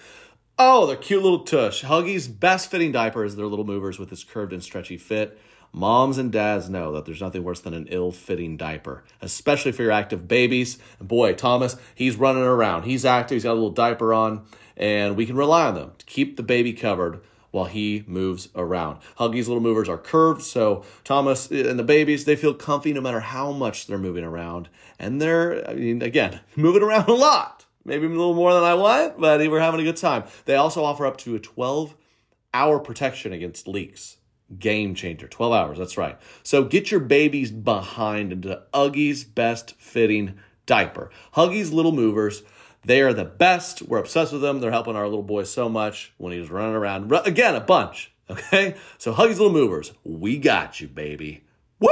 Speaker 2: Oh, their cute little tush. Huggies' best fitting diaper is their little movers with its curved and stretchy fit. Moms and dads know that there's nothing worse than an ill fitting diaper, especially for your active babies. And boy, Thomas, he's running around. He's active, he's got a little diaper on, and we can rely on them to keep the baby covered while he moves around. Huggies little movers are curved, so Thomas and the babies they feel comfy no matter how much they're moving around, and they're I mean again moving around a lot, maybe a little more than I want, but we're having a good time. They also offer up to a twelve hour protection against leaks. Game changer, 12 hours, that's right. So get your babies behind into Huggies' best fitting diaper. Huggies Little Movers, they are the best. We're obsessed with them. They're helping our little boy so much when he was running around. Ru- again, a bunch, okay? So Huggies Little Movers, we got you, baby. Woo!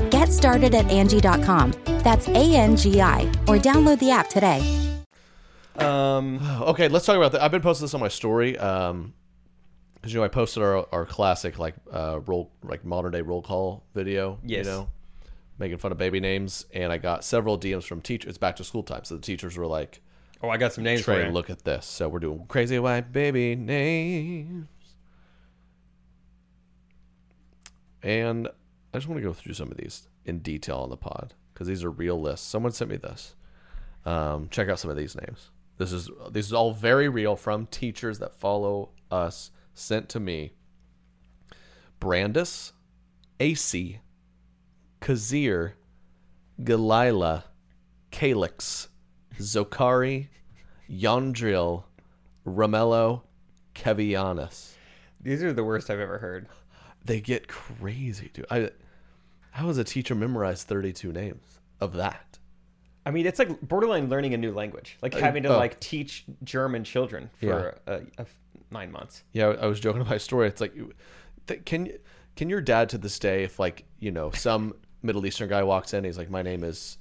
Speaker 5: Get started at Angie.com. That's A N G I, or download the app today.
Speaker 3: Um,
Speaker 4: Okay, let's talk about that. I've been posting this on my story. Um, 'cause, you know, I posted our, our classic like uh, roll like modern day roll call video.
Speaker 3: Yes.
Speaker 4: You know, making fun of baby names, and I got several DMs from teachers. It's back to school time, so the teachers were like,
Speaker 3: oh, I got some names for
Speaker 4: "Trey,
Speaker 3: you.
Speaker 4: look at this." So we're doing crazy white baby names, and I just want to go through some of these in detail on the pod because these are real lists. Someone sent me this. Um, check out some of these names. This is this is all very real from teachers that follow us sent to me. Brandis, AC, Kazir, Galila, Calix, Zokari, Yondril, Romello, Kevianis.
Speaker 3: These are the worst I've ever heard.
Speaker 4: They get crazy, dude. I how does a teacher memorize thirty two names of that?
Speaker 3: I mean, it's like borderline learning a new language, like having to
Speaker 4: oh.
Speaker 3: like teach German children for uh uh, nine months.
Speaker 4: Yeah, I was joking about my story. It's like, you- th- can you- can your dad to this day, if like you know some Middle Eastern guy walks in, he's like, my name is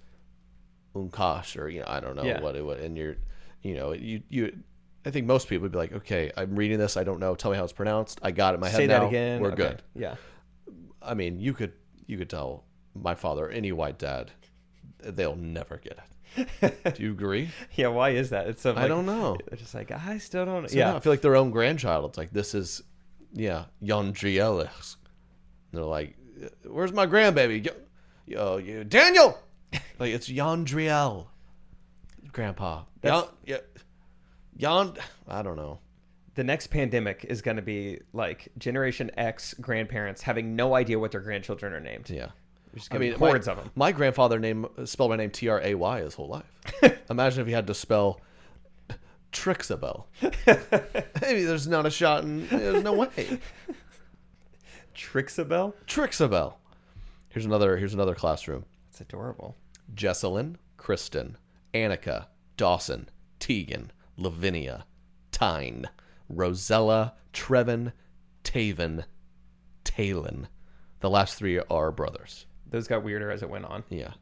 Speaker 4: Unkash, or you know, I don't know
Speaker 3: Yeah.
Speaker 4: what it would, and you're, you know, you you. I think most people would be like, okay, I'm reading this. I don't know. Tell me how it's pronounced. I got it in my head
Speaker 3: Say that
Speaker 4: now.
Speaker 3: again.
Speaker 4: We're
Speaker 3: Okay.
Speaker 4: good.
Speaker 3: Yeah.
Speaker 4: I mean, you could you could tell my father or any white dad, they'll never get it. Do you agree?
Speaker 3: Yeah. Why is that? It's some,
Speaker 4: I
Speaker 3: like-
Speaker 4: don't know.
Speaker 3: They're just like I still don't.
Speaker 4: So,
Speaker 3: yeah.
Speaker 4: no, I feel like their own grandchild. It's like this is, yeah, Yondrielis. They're like, where's my grandbaby? Yo, yo, you, Daniel. like it's Yondriel, Grandpa. Yon, yeah, Yon. I don't know.
Speaker 3: the next pandemic is going to be like Generation X grandparents having no idea what their grandchildren are named.
Speaker 4: Yeah.
Speaker 3: There's going to be
Speaker 4: my-
Speaker 3: hordes of them.
Speaker 4: My grandfather name uh, spelled my name T R A Y his whole life. Imagine if he had to spell Trixabel. I mean, there's not a shot in. There's no way.
Speaker 3: Trixabel.
Speaker 4: Trixabel. Here's another. Here's another classroom.
Speaker 3: That's adorable.
Speaker 4: Jesselyn, Kristen, Annika, Dawson, Tegan, Lavinia, Tyne, Rosella, Trevin, Taven, Talon. The last three are brothers.
Speaker 3: Those got weirder as it went on.
Speaker 4: Yeah.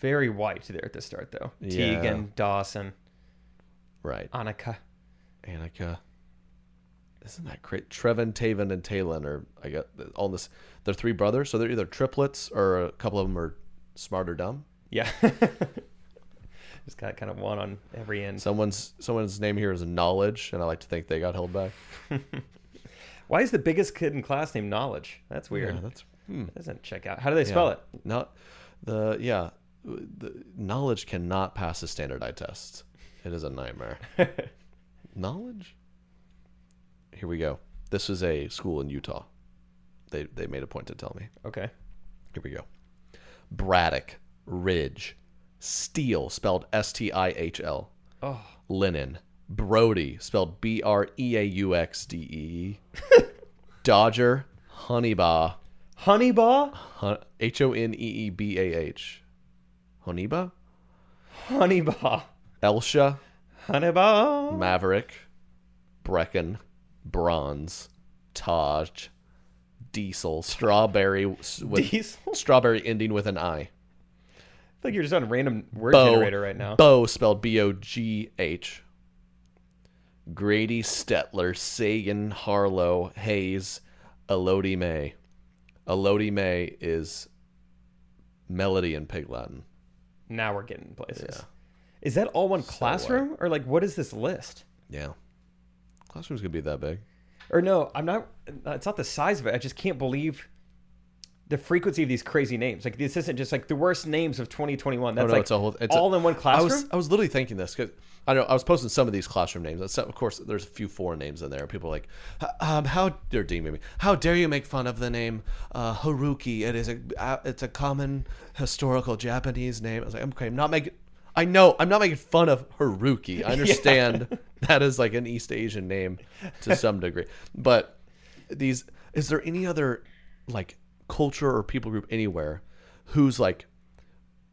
Speaker 3: Very white there at the start, though.
Speaker 4: Yeah.
Speaker 3: Tegan, Dawson,
Speaker 4: Right.
Speaker 3: Annika.
Speaker 4: Annika. Isn't that great? Trevin, Taven, and Talon are I got all this. They're three brothers, so they're either triplets or a couple of them are smart or dumb.
Speaker 3: Yeah. Just got kind of one on every end.
Speaker 4: Someone's someone's name here is Knowledge, and I like to think they got held back.
Speaker 3: Why is the biggest kid in class named Knowledge? That's weird.
Speaker 4: Yeah, that's
Speaker 3: That doesn't check out. How do they spell it?
Speaker 4: not the yeah. The knowledge cannot pass a standardized test. It is a nightmare. knowledge. Here we go. This is a school in Utah. They they made a point to tell me.
Speaker 3: Okay.
Speaker 4: Here we go. Braddock, Ridge, Steel, spelled S T I H L.
Speaker 3: Oh.
Speaker 4: Lennon, Brody, spelled B R E A U X D E E. Dodger, Honeyba,
Speaker 3: Honeyba?
Speaker 4: H O N E E B A H. Honeyba?
Speaker 3: Honeyba.
Speaker 4: Elsha,
Speaker 3: Honeyba.
Speaker 4: Maverick, Brecken, Bronze, Taj, Diesel, Strawberry, s- with,
Speaker 3: Diesel? I feel
Speaker 4: Strawberry ending with an I.
Speaker 3: like you're just on a random word
Speaker 4: Bo,
Speaker 3: generator right now.
Speaker 4: Bo spelled B O G H. Grady Stetler, Sagan, Harlow, Hayes, Elodie May. Elodie May is melody in Pig Latin.
Speaker 3: Now we're getting places. Is that all one classroom? or like what is this list?
Speaker 4: Yeah. Classroom's gonna be that big.
Speaker 3: Or no, I'm not it's not the size of it. I just can't believe the frequency of these crazy names. Like this isn't just like the worst names of 2021. That's
Speaker 4: Oh, no,
Speaker 3: like
Speaker 4: it's a whole- it's a-
Speaker 3: all in one
Speaker 4: I
Speaker 3: classroom.
Speaker 4: was I was literally thinking this because I don't know I was posting some of these classroom names. And so- of course, there's a few foreign names in there. and People are like, "H- um, how they're deeming me? How dare you make fun of the name uh, Haruki? It is a uh, it's a common historical Japanese name. I was like, okay, I'm not making. I know I'm not making fun of Haruki. I understand that is like an East Asian name to some degree, but these is there any other like culture or people group anywhere who's like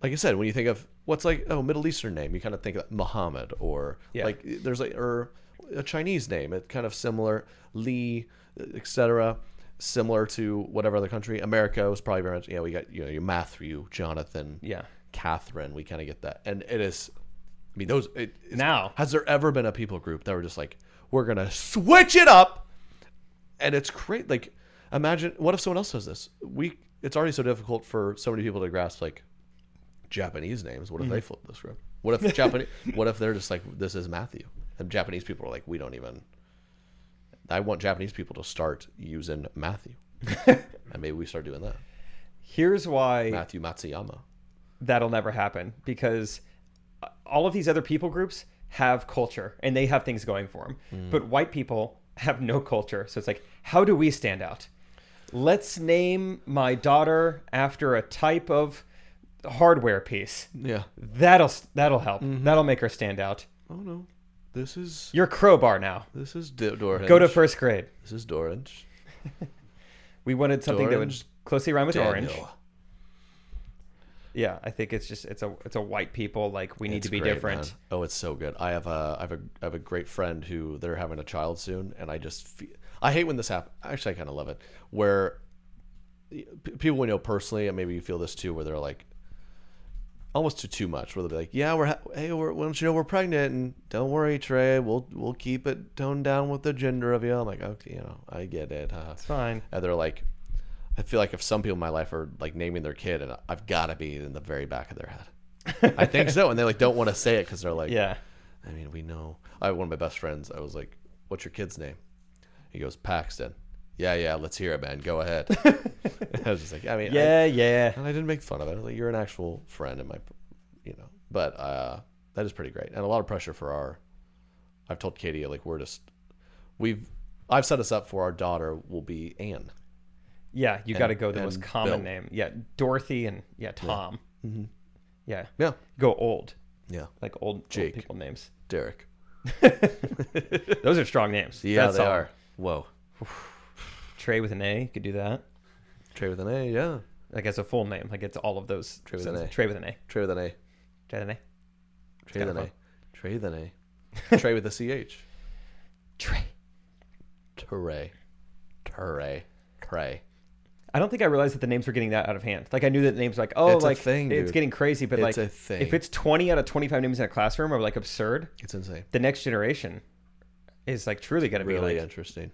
Speaker 4: like I said, when you think of what's like oh Middle Eastern name, you kind of think of Muhammad or
Speaker 3: Yeah.
Speaker 4: like there's like or a Chinese name, it's kind of similar Lee, etc. Similar to whatever other country, America was probably very much. Yeah, we got you know your Matthew, Jonathan,
Speaker 3: Yeah.
Speaker 4: Catherine. We kind of get that, and it is. I mean, those it, it's-
Speaker 3: Now.
Speaker 4: has there ever been a people group that were just like we're gonna switch it up, and it's great. Like, imagine what if someone else does this? We it's already so difficult for so many people to grasp like Japanese names. What if
Speaker 3: Mm-hmm.
Speaker 4: they flip the script? What if Japanese? what if they're just like, this is Matthew, and Japanese people are like, we don't even. I want Japanese people to start using Matthew, and maybe we start doing that.
Speaker 3: Here's why
Speaker 4: Matthew Matsuyama.
Speaker 3: that'll never happen because all of these other people groups have culture and they have things going for them.
Speaker 4: Hmm.
Speaker 3: But white people have no culture. So it's like, how do we stand out? Let's name my daughter after a type of hardware piece.
Speaker 4: Yeah.
Speaker 3: That'll that'll help.
Speaker 4: Mm-hmm.
Speaker 3: That'll make her stand out.
Speaker 4: Oh no, this is
Speaker 3: Your crowbar now.
Speaker 4: this is D- Dorange.
Speaker 3: Go to first grade.
Speaker 4: This is Dorange.
Speaker 3: We wanted something that would
Speaker 4: Orange
Speaker 3: closely rhyme with orange.
Speaker 4: Daniel.
Speaker 3: Yeah, I think it's just it's a it's a white people like we need
Speaker 4: It's
Speaker 3: to be
Speaker 4: great,
Speaker 3: different.
Speaker 4: man. Oh, it's so good. I have a I have a I have a great friend who they're having a child soon, and I just feel, I hate when this happens. Actually, I kind of love it where p- people we know personally, and maybe you feel this too, where they're like almost to too much, where they'll be like, "Yeah, we're ha- hey, we're, why don't you know we're pregnant?" And don't worry, Trey, we'll we'll keep it toned down with the gender of you. I'm like, okay, you know, I get it. huh?"
Speaker 3: It's fine.
Speaker 4: and they're like i feel like if some people in my life are like naming their kid and i've got to be in the very back of their head i think so and they like don't want to say it because they're like
Speaker 3: Yeah.
Speaker 4: i mean we know i one of my best friends i was like what's your kid's name he goes paxton yeah yeah let's hear it man go ahead i was just like i mean
Speaker 3: Yeah,
Speaker 4: I-
Speaker 3: yeah.
Speaker 4: and i didn't make fun of it I was like you're an actual friend and my you know but uh that is pretty great and a lot of pressure for our i've told katie like we're just we've i've set us up for our daughter will be anne
Speaker 3: Yeah, you got to go the most
Speaker 4: and
Speaker 3: common
Speaker 4: Bill. Mm-hmm.
Speaker 3: name. Yeah, Dorothy and yeah Tom. Yeah,
Speaker 4: Yeah.
Speaker 3: go old,
Speaker 4: Yeah.
Speaker 3: like old, old
Speaker 4: Jake.
Speaker 3: people names.
Speaker 4: Derek.
Speaker 3: Those are strong names. That's all.
Speaker 4: Whoa.
Speaker 3: Trey with an A you could do that.
Speaker 4: Trey with an A, yeah.
Speaker 3: like as a full name. Like it's all of those.
Speaker 4: Trey with an
Speaker 3: so
Speaker 4: A.
Speaker 3: Trey with an A.
Speaker 4: Trey with an A.
Speaker 3: Trey with an A.
Speaker 4: Trey with
Speaker 3: kinda
Speaker 4: an A. Trey with an A. Trey with a CH.
Speaker 3: Trey.
Speaker 4: Trey. Trey. Trey.
Speaker 3: I don't think I realized that the names were getting that out of hand. Like I knew that the names like oh
Speaker 4: It's a
Speaker 3: like
Speaker 4: thing,
Speaker 3: it's
Speaker 4: dude.
Speaker 3: getting crazy, but
Speaker 4: It's
Speaker 3: like
Speaker 4: a thing.
Speaker 3: if it's twenty out of twenty five names in a classroom are like absurd,
Speaker 4: It's insane.
Speaker 3: the next generation is like truly gonna be
Speaker 4: Really
Speaker 3: like
Speaker 4: interesting.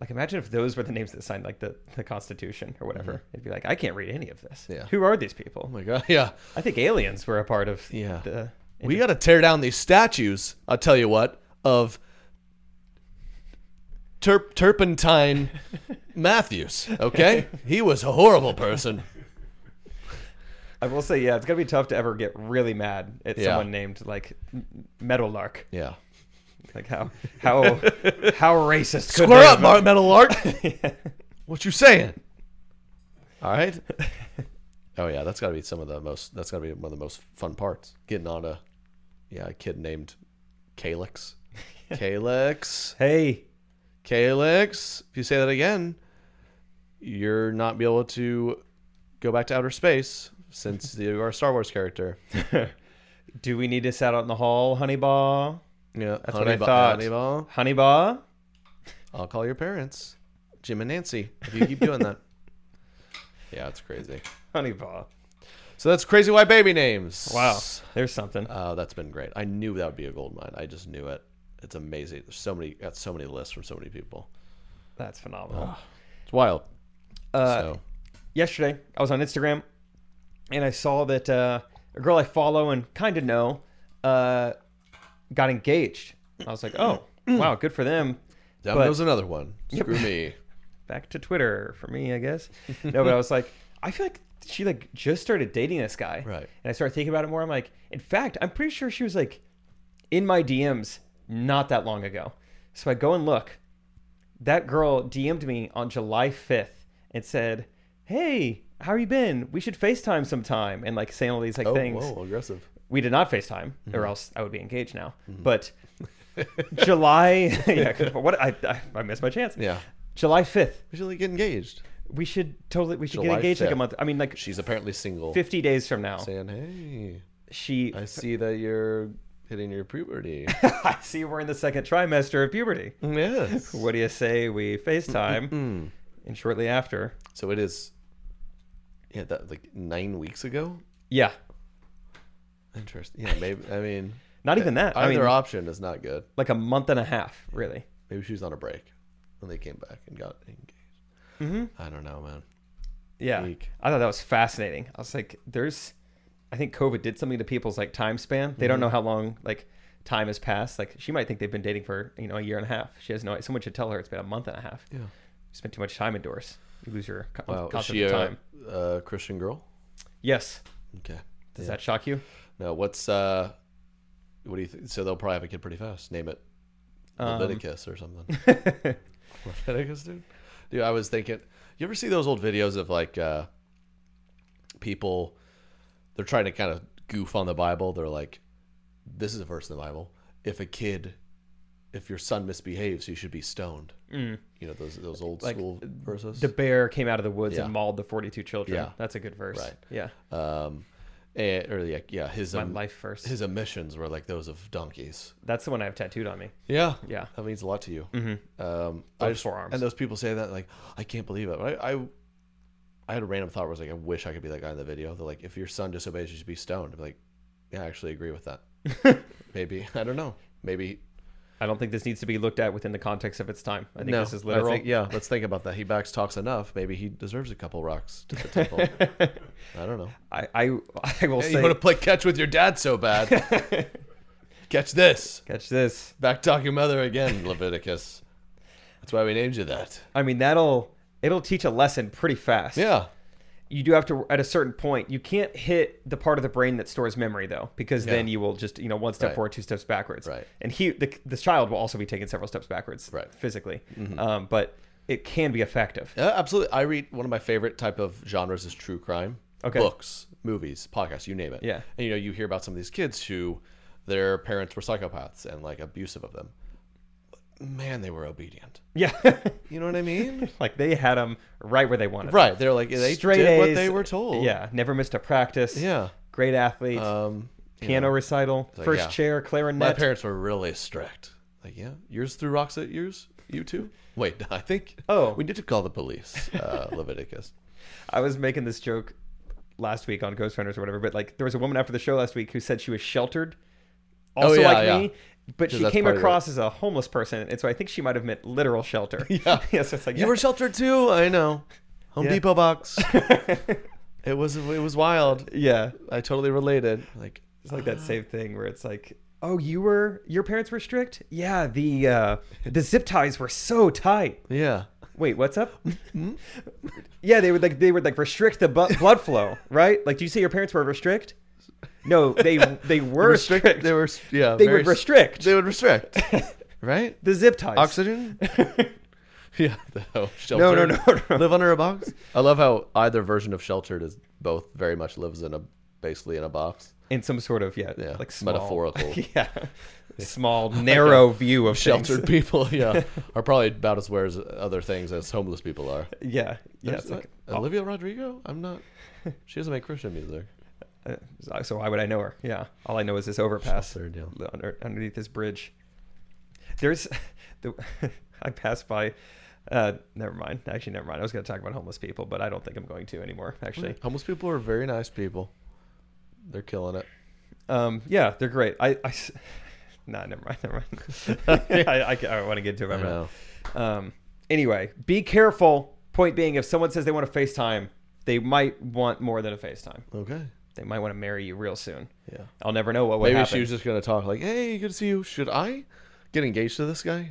Speaker 3: like imagine if those were the names that signed like the, the Constitution or whatever. It'd be like I can't read any of this.
Speaker 4: Mm-hmm. Yeah.
Speaker 3: Who are these
Speaker 4: Oh
Speaker 3: people?
Speaker 4: my god. Yeah.
Speaker 3: I think aliens were a part of
Speaker 4: Yeah.
Speaker 3: the
Speaker 4: We got to tear down these statues. I'll tell you what of Turp Turpentine Matthews. Okay, he was a horrible person.
Speaker 3: I will say yeah, it's gonna be tough to ever get really mad at
Speaker 4: Yeah.
Speaker 3: someone named like M- Meadowlark.
Speaker 4: Yeah.
Speaker 3: Like how how how racist could
Speaker 4: Square
Speaker 3: they
Speaker 4: up,
Speaker 3: have-
Speaker 4: Mar- Metal Lark. What you saying? All right. Oh yeah, that's got to be some of the most. That's got to be one of the most fun parts. Getting on a, yeah, a kid named Calix. Calix.
Speaker 3: Hey,
Speaker 4: Calix, if you say that again, you're not be able to go back to outer space since you are a Star Wars character.
Speaker 3: do we need to sit out in the hall, Honeyball?
Speaker 4: Yeah, that's
Speaker 3: what I thought.
Speaker 4: Honeyball,
Speaker 3: Honeyball?
Speaker 4: I'll call your parents, Jim and Nancy, if you keep doing that. Yeah, it's crazy.
Speaker 3: Honeyball.
Speaker 4: So that's crazy. Why baby names?
Speaker 3: Wow. There's something.
Speaker 4: Uh, that's been great. I knew that would be a gold mine. I just knew it. It's amazing. There's so many. Got so many lists from so many people.
Speaker 3: That's phenomenal.
Speaker 4: It's wild.
Speaker 3: Uh,
Speaker 4: so
Speaker 3: Yesterday, I was on Instagram and I saw that uh, a girl I follow and kind of know uh, got engaged. I was like, oh, wow, good for them.
Speaker 4: that
Speaker 3: but-
Speaker 4: was another one. Screw me.
Speaker 3: Back to Twitter for me, I guess. No, but I was like, I feel like she like just started dating this guy.
Speaker 4: Right.
Speaker 3: And I started thinking about it more. I'm like, in fact, I'm pretty sure she was like in my DMs not that long ago. So I go and look. That girl DM'd me on July 5th and said, Hey, how you been? We should FaceTime sometime and like saying all these like
Speaker 4: Oh,
Speaker 3: things.
Speaker 4: whoa, Mm-hmm. aggressive.
Speaker 3: We did not FaceTime, or else I would be engaged now.
Speaker 4: Mm-hmm.
Speaker 3: But July, yeah, what I, I I missed my chance.
Speaker 4: Yeah.
Speaker 3: July 5th.
Speaker 4: We should like, get engaged.
Speaker 3: We should totally we should get
Speaker 4: July
Speaker 3: engaged like a
Speaker 4: 5th.
Speaker 3: month. I mean like
Speaker 4: She's apparently single.
Speaker 3: 50 days from now.
Speaker 4: Saying, "Hey,
Speaker 3: She
Speaker 4: I see that you're hitting your puberty."
Speaker 3: I see we're in the second trimester of puberty.
Speaker 4: yes.
Speaker 3: What do you say we FaceTime? And shortly after,
Speaker 4: So it is. Yeah, that like nine weeks ago.
Speaker 3: yeah,
Speaker 4: Interesting. Yeah, maybe. I mean,
Speaker 3: not even that. I
Speaker 4: either
Speaker 3: mean,
Speaker 4: option is not good.
Speaker 3: like a month and a half, really.
Speaker 4: Maybe she was on a break when they came back and got engaged. I don't know, man.
Speaker 3: Yeah,
Speaker 4: Eek.
Speaker 3: I thought that was fascinating. I was like, there's, I think COVID did something to people's like time span.
Speaker 4: Mm-hmm.
Speaker 3: They don't know how long like time has passed. Like she might think they've been dating for you know a year and a half. She has no. Someone should tell her it's been a month and a half.
Speaker 4: Yeah.
Speaker 3: you spent too much time indoors. You lose your co-
Speaker 4: Wow, is
Speaker 3: concept
Speaker 4: she uh,
Speaker 3: of
Speaker 4: a,
Speaker 3: time.
Speaker 4: a Christian girl?
Speaker 3: Yes.
Speaker 4: Okay.
Speaker 3: Does that shock you?
Speaker 4: Now, what's uh, what do you think? So they'll probably have a kid pretty fast. Name it
Speaker 3: Um.
Speaker 4: Leviticus or something. Leviticus, dude. Dude, I was thinking. You ever see those old videos of like uh, people? They're trying to kind of goof on the Bible. They're like, "This is a verse in the Bible. If a kid, if your son misbehaves, you should be stoned." You know those those old
Speaker 3: Mm. Like, uh,
Speaker 4: school verses.
Speaker 3: The bear came out of the woods
Speaker 4: Yeah.
Speaker 3: and mauled the 42 children.
Speaker 4: Yeah.
Speaker 3: That's a good verse.
Speaker 4: Right.
Speaker 3: Yeah.
Speaker 4: um, and, or yeah, yeah, his
Speaker 3: My
Speaker 4: um,
Speaker 3: life verse.
Speaker 4: his omissions were like those of donkeys.
Speaker 3: That's the one I have tattooed on me.
Speaker 4: Yeah,
Speaker 3: Yeah.
Speaker 4: that means a lot to you. Mm-hmm. Um, I
Speaker 3: Those
Speaker 4: just-
Speaker 3: forearms.
Speaker 4: and those people say that like, I can't believe it. But I, I, I had a random thought where I was like, I wish I could be that guy in the video. They're like, if your son disobeys, you should be stoned. I'm like, yeah, I actually agree with that. Maybe I don't know. Maybe
Speaker 3: I don't think this needs to be looked at within the context of its time. I think
Speaker 4: no.
Speaker 3: this is
Speaker 4: I
Speaker 3: literal.
Speaker 4: think- yeah, let's think about that. He backs talks enough. Maybe he deserves a couple rocks to the temple. I don't know.
Speaker 3: I, I, I will
Speaker 4: Hey,
Speaker 3: say,
Speaker 4: you want to play catch with your dad so bad? catch this.
Speaker 3: catch this.
Speaker 4: Back talk your mother again, Leviticus. That's why we named you that.
Speaker 3: I mean, that'll, it'll teach a lesson pretty fast.
Speaker 4: Yeah.
Speaker 3: You do have to, at a certain point, you can't hit the part of the brain that stores memory though, because then you will just, you know, one step
Speaker 4: Right.
Speaker 3: forward, two steps backwards.
Speaker 4: Right.
Speaker 3: And he, the, the child will also be taking several steps backwards
Speaker 4: Right. Mm-hmm.
Speaker 3: physically. Um, but it can be effective.
Speaker 4: Yeah, Uh, absolutely. I read one of my favorite type of genres is true crime.
Speaker 3: Okay.
Speaker 4: Books, movies, podcasts, you name it.
Speaker 3: Yeah.
Speaker 4: And you know, you hear about some of these kids who their parents were psychopaths and like abusive of them. man, they were obedient.
Speaker 3: Yeah,
Speaker 4: You know what I mean?
Speaker 3: like they had them right where they wanted. 'em.
Speaker 4: right. They're like they
Speaker 3: Straight
Speaker 4: did what
Speaker 3: A's.
Speaker 4: they were told.
Speaker 3: Yeah, never missed a practice.
Speaker 4: Yeah.
Speaker 3: great athlete.
Speaker 4: Um, you
Speaker 3: piano
Speaker 4: know,
Speaker 3: recital,
Speaker 4: like,
Speaker 3: first
Speaker 4: yeah.
Speaker 3: chair,
Speaker 4: my
Speaker 3: clarinet.
Speaker 4: parents were really strict. Like, yeah, yours threw rocks at yours. You too. Wait, I think.
Speaker 3: Oh.
Speaker 4: we need to call the police. Uh, Leviticus.
Speaker 3: I was making this joke last week on Ghost Runners or whatever, but like there was a woman after the show last week who said she was sheltered, also
Speaker 4: Oh, yeah,
Speaker 3: like
Speaker 4: yeah.
Speaker 3: me, but she
Speaker 4: that's
Speaker 3: came
Speaker 4: part of it.
Speaker 3: across as a homeless person, and so I think she might have meant literal shelter. Yeah, yes, it's like
Speaker 4: You were sheltered too. I know. Home
Speaker 3: Yeah.
Speaker 4: Depot box. it was it was wild.
Speaker 3: yeah,
Speaker 4: I totally related. Like,
Speaker 3: it's like that same thing where it's like. Oh, you were your parents were strict? Yeah, the uh the zip ties were so tight.
Speaker 4: yeah,
Speaker 3: Wait, what's up?
Speaker 4: Hmm?
Speaker 3: yeah, they would like they would like restrict the bu- blood flow, right? Like, do you say your parents were restrict? No, they they were
Speaker 4: restrict.
Speaker 3: restrict.
Speaker 4: They were yeah.
Speaker 3: They
Speaker 4: very
Speaker 3: would
Speaker 4: s-
Speaker 3: restrict.
Speaker 4: They would restrict. right.
Speaker 3: the zip ties.
Speaker 4: Oxygen. yeah. the- oh,
Speaker 3: No, no,
Speaker 4: sheltered.
Speaker 3: no, no.
Speaker 4: Live under a box. I love how either version of sheltered is both very much lives in a basically in a box.
Speaker 3: In some sort of yeah,
Speaker 4: Yeah,
Speaker 3: like small,
Speaker 4: metaphorical.
Speaker 3: yeah, small narrow view of things.
Speaker 4: Sheltered people, yeah, are probably about as aware as other things as homeless people are. oh.
Speaker 3: Yeah, yeah.
Speaker 4: There's
Speaker 3: It's like,
Speaker 4: that- Olivia Rodrigo? I'm not. She doesn't make Christian music.
Speaker 3: uh, so why would I know her? Yeah, all I know is this overpass
Speaker 4: Sheltered, yeah.
Speaker 3: under, underneath this bridge. There's the I passed by. Uh, never mind. Actually, never mind. I was going to talk about homeless people, but I don't think I'm going to anymore. Actually,
Speaker 4: Homeless people are very nice people. They're killing it.
Speaker 3: Um, yeah, they're great. I, I s- nah, never mind, never mind. I, I, want to get to it. but I'm
Speaker 4: I
Speaker 3: not. Um, anyway, be careful. Point being, if someone says they want a FaceTime, they might want more than a FaceTime.
Speaker 4: Okay.
Speaker 3: They might want to marry you real soon.
Speaker 4: Yeah.
Speaker 3: I'll never know what would
Speaker 4: Maybe
Speaker 3: happen.
Speaker 4: she was just gonna talk like, "Hey, good to see you. Should I get engaged to this guy?"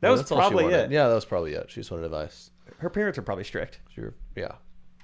Speaker 3: that
Speaker 4: Yeah,
Speaker 3: was
Speaker 4: that's all she
Speaker 3: probably
Speaker 4: wanted.
Speaker 3: it.
Speaker 4: Yeah, that was probably it. She just wanted advice.
Speaker 3: Her parents are probably strict.
Speaker 4: She, were- yeah,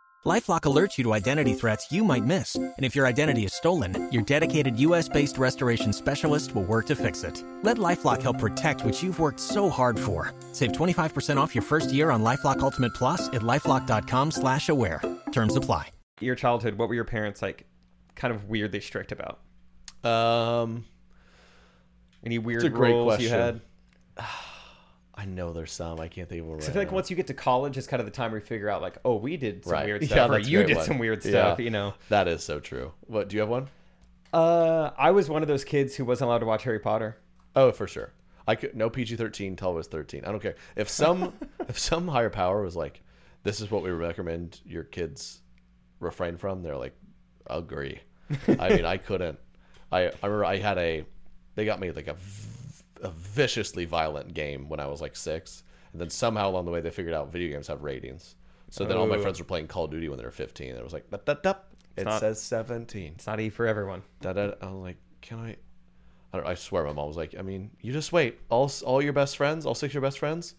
Speaker 6: Lifelock alerts you to identity threats you might miss. And if your identity is stolen, your dedicated US based restoration specialist will work to fix it. Let Lifelock help protect what you've worked so hard for. Save 25% off your first year on Lifelock Ultimate Plus at lifelock.com slash aware. Terms apply.
Speaker 3: your childhood, what were your parents like? Kind of weirdly strict about
Speaker 4: Um,
Speaker 3: any weird
Speaker 4: a great
Speaker 3: rules you
Speaker 4: question.
Speaker 3: had?
Speaker 4: I know there's some. I can't think of one. Right
Speaker 3: So I feel like
Speaker 4: now.
Speaker 3: once you get to college, it's kind of the time where you figure out like, oh, we did some
Speaker 4: Right.
Speaker 3: weird
Speaker 4: Yeah,
Speaker 3: stuff, or
Speaker 4: that's a
Speaker 3: you
Speaker 4: great
Speaker 3: did
Speaker 4: one.
Speaker 3: some weird
Speaker 4: Yeah.
Speaker 3: stuff. You know,
Speaker 4: that is so true. What do you have one?
Speaker 3: Uh, I was one of those kids who wasn't allowed to watch Harry Potter.
Speaker 4: Oh, for sure. I could no PG thirteen till I was thirteen. I don't care if some if some higher power was like, this is what we recommend your kids refrain from. They're like, agree. I mean, I couldn't. I I remember I had a they got me like a, v- a viciously violent game when I was like six, And then somehow along the way, they figured out video games have ratings. So then all my friends were playing Call of Duty when they were 15. And it was like, dup, dup, dup. It
Speaker 3: not-
Speaker 4: says 17.
Speaker 3: It's not E for everyone.
Speaker 4: Da, da, da. I was like, can I? I, don't, I swear my mom was like, I mean, you just wait. All, s- all your best friends, all six of your best friends,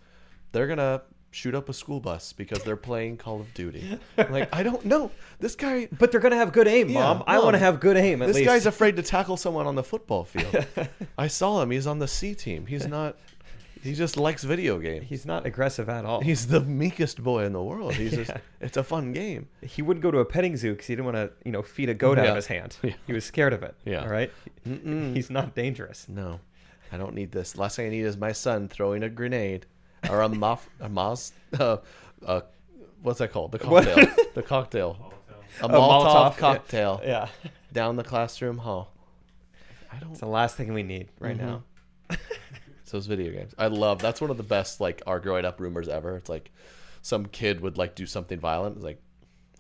Speaker 4: they're going to shoot up a school bus because they're playing Call of Duty. I'm like, I don't know. This guy,
Speaker 3: But they're gonna have good aim,
Speaker 4: Yeah,
Speaker 3: mom. I want to
Speaker 4: Mom,
Speaker 3: have good aim. At
Speaker 4: this
Speaker 3: least.
Speaker 4: guy's afraid to tackle someone on the football field. I saw him. He's on the C team. He's not. He just likes video games.
Speaker 3: he's not aggressive at all.
Speaker 4: He's the meekest boy in the world. He's just. It's a fun game.
Speaker 3: he wouldn't go to a petting zoo because he didn't want to, you know, feed a goat out
Speaker 4: Yeah.
Speaker 3: of his hand. He was scared of it.
Speaker 4: Yeah.
Speaker 3: All right. He's not dangerous.
Speaker 4: No, I don't need this. Last thing I need is my son throwing a grenade or a moth, a moth, uh, uh, what's that called? The cocktail. the cocktail. A Molotov,
Speaker 3: Molotov, yeah.
Speaker 4: cocktail
Speaker 3: Yeah.
Speaker 4: down the classroom hall. I don't.
Speaker 3: It's the last thing we need right
Speaker 4: Mm-hmm.
Speaker 3: now.
Speaker 4: It's those video games. I love that's one of the best like our growing up rumors ever. It's like some kid would like do something violent. It's like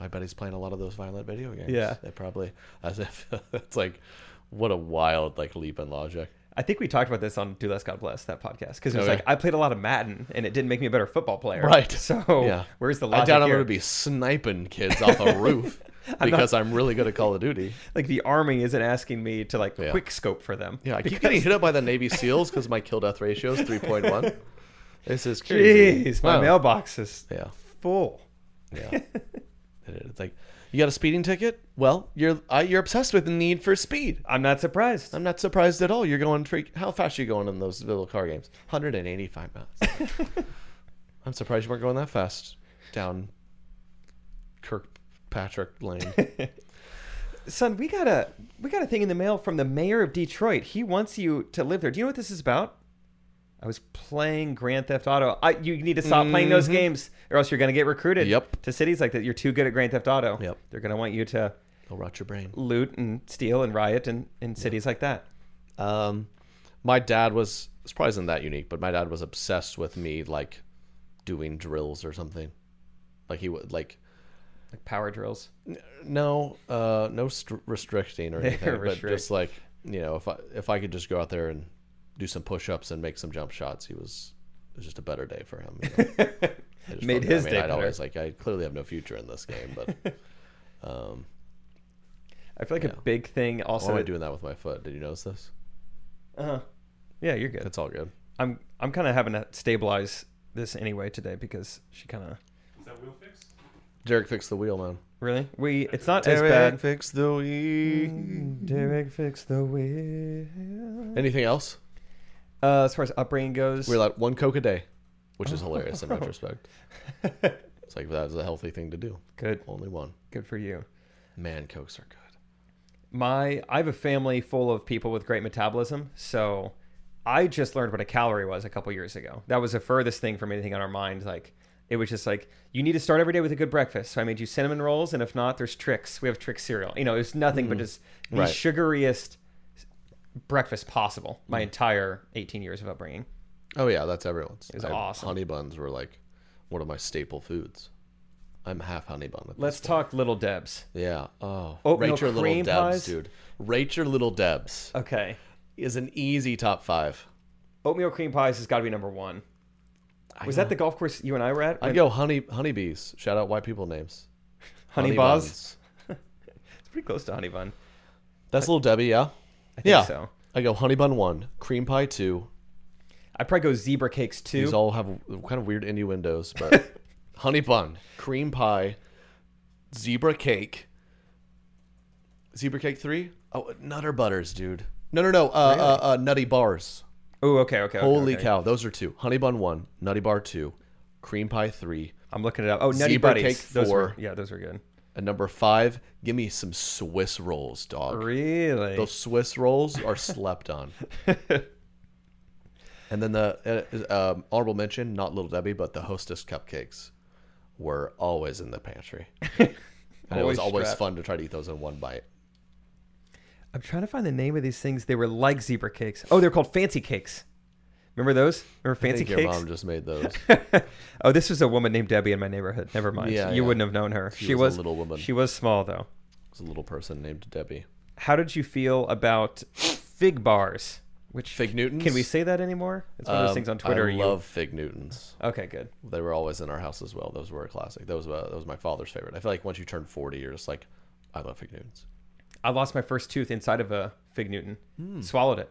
Speaker 4: I bet he's playing a lot of those violent video games.
Speaker 3: Yeah.
Speaker 4: They probably as if it's like what a wild like leap in logic.
Speaker 3: I think we talked about this on Do Less God Bless that podcast because it was
Speaker 4: Okay.
Speaker 3: like I played a lot of Madden and it didn't make me a better football player.
Speaker 4: Oh, Right.
Speaker 3: So
Speaker 4: yeah.
Speaker 3: where's the
Speaker 4: I
Speaker 3: logic
Speaker 4: doubt I'm
Speaker 3: here?
Speaker 4: gonna be sniping kids off a roof because I'm really good at Call of Duty.
Speaker 3: Like the army isn't asking me to like
Speaker 4: Yeah.
Speaker 3: quick scope for them.
Speaker 4: Yeah, I keep getting hit up by the Navy SEALs because my kill death ratio is three point one. This is crazy.
Speaker 3: Jeez, my
Speaker 4: Wow.
Speaker 3: mailbox is
Speaker 4: Yeah.
Speaker 3: full.
Speaker 4: Yeah. It- it's like, you got a speeding ticket? Well, you're I, you're obsessed with the need for speed.
Speaker 3: I'm not surprised.
Speaker 4: I'm not surprised at all. You're going freak. How fast are you going in those little car games? 185 miles. I'm surprised you weren't going that fast down Kirkpatrick Lane.
Speaker 3: Son, we got a we got a thing in the mail from the mayor of Detroit. He wants you to live there. Do you know what this is about? I was playing Grand Theft Auto. I, you need to stop playing those games, or else you're going to get recruited
Speaker 4: Mm-hmm. Yep.
Speaker 3: to cities like that. You're too good at Grand Theft Auto.
Speaker 4: Yep.
Speaker 3: They're going to want you to
Speaker 4: They'll rot your brain.
Speaker 3: loot and steal and riot in, in cities like that.
Speaker 4: Um, my dad was this probably isn't that unique, but my dad was obsessed with me like doing drills or something. Like he would like
Speaker 3: Like power drills.
Speaker 4: no uh no st- restricting or anything but
Speaker 3: Restrict.
Speaker 4: just like you know if i if i could just go out there and do some push-ups and make some jump shots he was it was just a better day for him you know? I just
Speaker 3: Made
Speaker 4: felt-
Speaker 3: his
Speaker 4: I
Speaker 3: day
Speaker 4: I'd
Speaker 3: better.
Speaker 4: always like i clearly have no future in this game but
Speaker 3: I feel like a big thing
Speaker 4: why
Speaker 3: also.
Speaker 4: am i doing that with my foot did you notice this
Speaker 3: Yeah, you're good.
Speaker 4: it's all good
Speaker 3: I'm I'm kind of having to stabilize this anyway today because she kind of
Speaker 4: derek fixed the wheel man
Speaker 3: really we. It's not as bad.
Speaker 4: fixed the wheel
Speaker 3: Derek fixed the wheel.
Speaker 4: anything else
Speaker 3: Uh, as far as upbringing goes,
Speaker 4: we're allowed one coke a day which
Speaker 3: Oh.
Speaker 4: is hilarious in retrospect it's like that was a healthy thing to do
Speaker 3: good.
Speaker 4: only one
Speaker 3: Good for you.
Speaker 4: man cokes are good
Speaker 3: My I have a family full of people with great metabolism, so I just learned what a calorie was a couple years ago. That was the furthest thing from anything on our mind. Like it was just like you need to start every day with a good breakfast. So I made you cinnamon rolls, and if not, there's tricks. We have trick cereal. You know, it's nothing but just the
Speaker 4: Mm. Right.
Speaker 3: sugariest breakfast possible. My entire 18 years of upbringing.
Speaker 4: Oh yeah, Mm. that's everyone's.
Speaker 3: was
Speaker 4: I-
Speaker 3: awesome.
Speaker 4: Honey buns were like one of my staple foods. I'm half honey bun. At
Speaker 3: Let's
Speaker 4: this
Speaker 3: talk Little Debs.
Speaker 4: point. Yeah. Oh,
Speaker 3: Oatmeal
Speaker 4: rate your little
Speaker 3: cream
Speaker 4: Debs,
Speaker 3: pies? Uh,
Speaker 4: dude. Rate your little Debs
Speaker 3: Okay,
Speaker 4: is an easy top five.
Speaker 3: oatmeal cream pies has got to be number one. Was that the golf course you and I were at?
Speaker 4: I
Speaker 3: When-
Speaker 4: go honey honeybees. Shout out white people names.
Speaker 3: Honey, Boz.
Speaker 4: buns.
Speaker 3: It's pretty close to Honey Bun.
Speaker 4: That's little Debbie. Yeah.
Speaker 3: I think
Speaker 4: yeah.
Speaker 3: so.
Speaker 4: I go honey bun one, cream pie two.
Speaker 3: I probably go zebra cakes too.
Speaker 4: These all have kind of weird innuendos, but honey bun, cream pie, zebra cake, zebra cake three. Oh, nutter butters, dude. No, no, no. Uh, uh, uh, nutty bars.
Speaker 3: oh, okay, okay. okay,
Speaker 4: Holy
Speaker 3: okay.
Speaker 4: cow, those are two. Honey bun one, nutty bar two, cream pie three,
Speaker 3: I'm looking it up. Oh, Nutty
Speaker 4: Zebra
Speaker 3: Buddies.
Speaker 4: cake
Speaker 3: those were,
Speaker 4: four.
Speaker 3: yeah, those were good.
Speaker 4: and number five. Give me some Swiss rolls, dog.
Speaker 3: Really?
Speaker 4: Those Swiss rolls are slept on. and then the uh, um, honorable mention, not Little Debbie, but the Hostess cupcakes were always in the pantry. and it
Speaker 3: Always
Speaker 4: was always
Speaker 3: strapped.
Speaker 4: fun to try to eat those in one bite.
Speaker 3: I'm trying to find the name of these things. They were like zebra cakes. Oh, they're called fancy cakes. Remember those? Remember
Speaker 4: I
Speaker 3: fancy
Speaker 4: think your
Speaker 3: cakes?
Speaker 4: mom just made those.
Speaker 3: oh, this was a woman named Debbie in my neighborhood. Never mind.
Speaker 4: Yeah,
Speaker 3: you
Speaker 4: yeah.
Speaker 3: wouldn't have known her. She,
Speaker 4: was
Speaker 3: was
Speaker 4: a little woman.
Speaker 3: She was small though.
Speaker 4: It's a little person named Debbie.
Speaker 3: How did you feel about fig bars? Which
Speaker 4: Fig Newtons?
Speaker 3: Can we say that anymore? It's one of those
Speaker 4: Um,
Speaker 3: things on Twitter.
Speaker 4: I
Speaker 3: you-
Speaker 4: love Fig Newtons.
Speaker 3: Okay, good.
Speaker 4: They were always in our house as well. Those were a classic. Those were, that was my father's favorite. I feel like once you turn 40, you're just like, I love Fig Newtons.
Speaker 3: I lost my first tooth inside of a fig Newton. Swallowed it.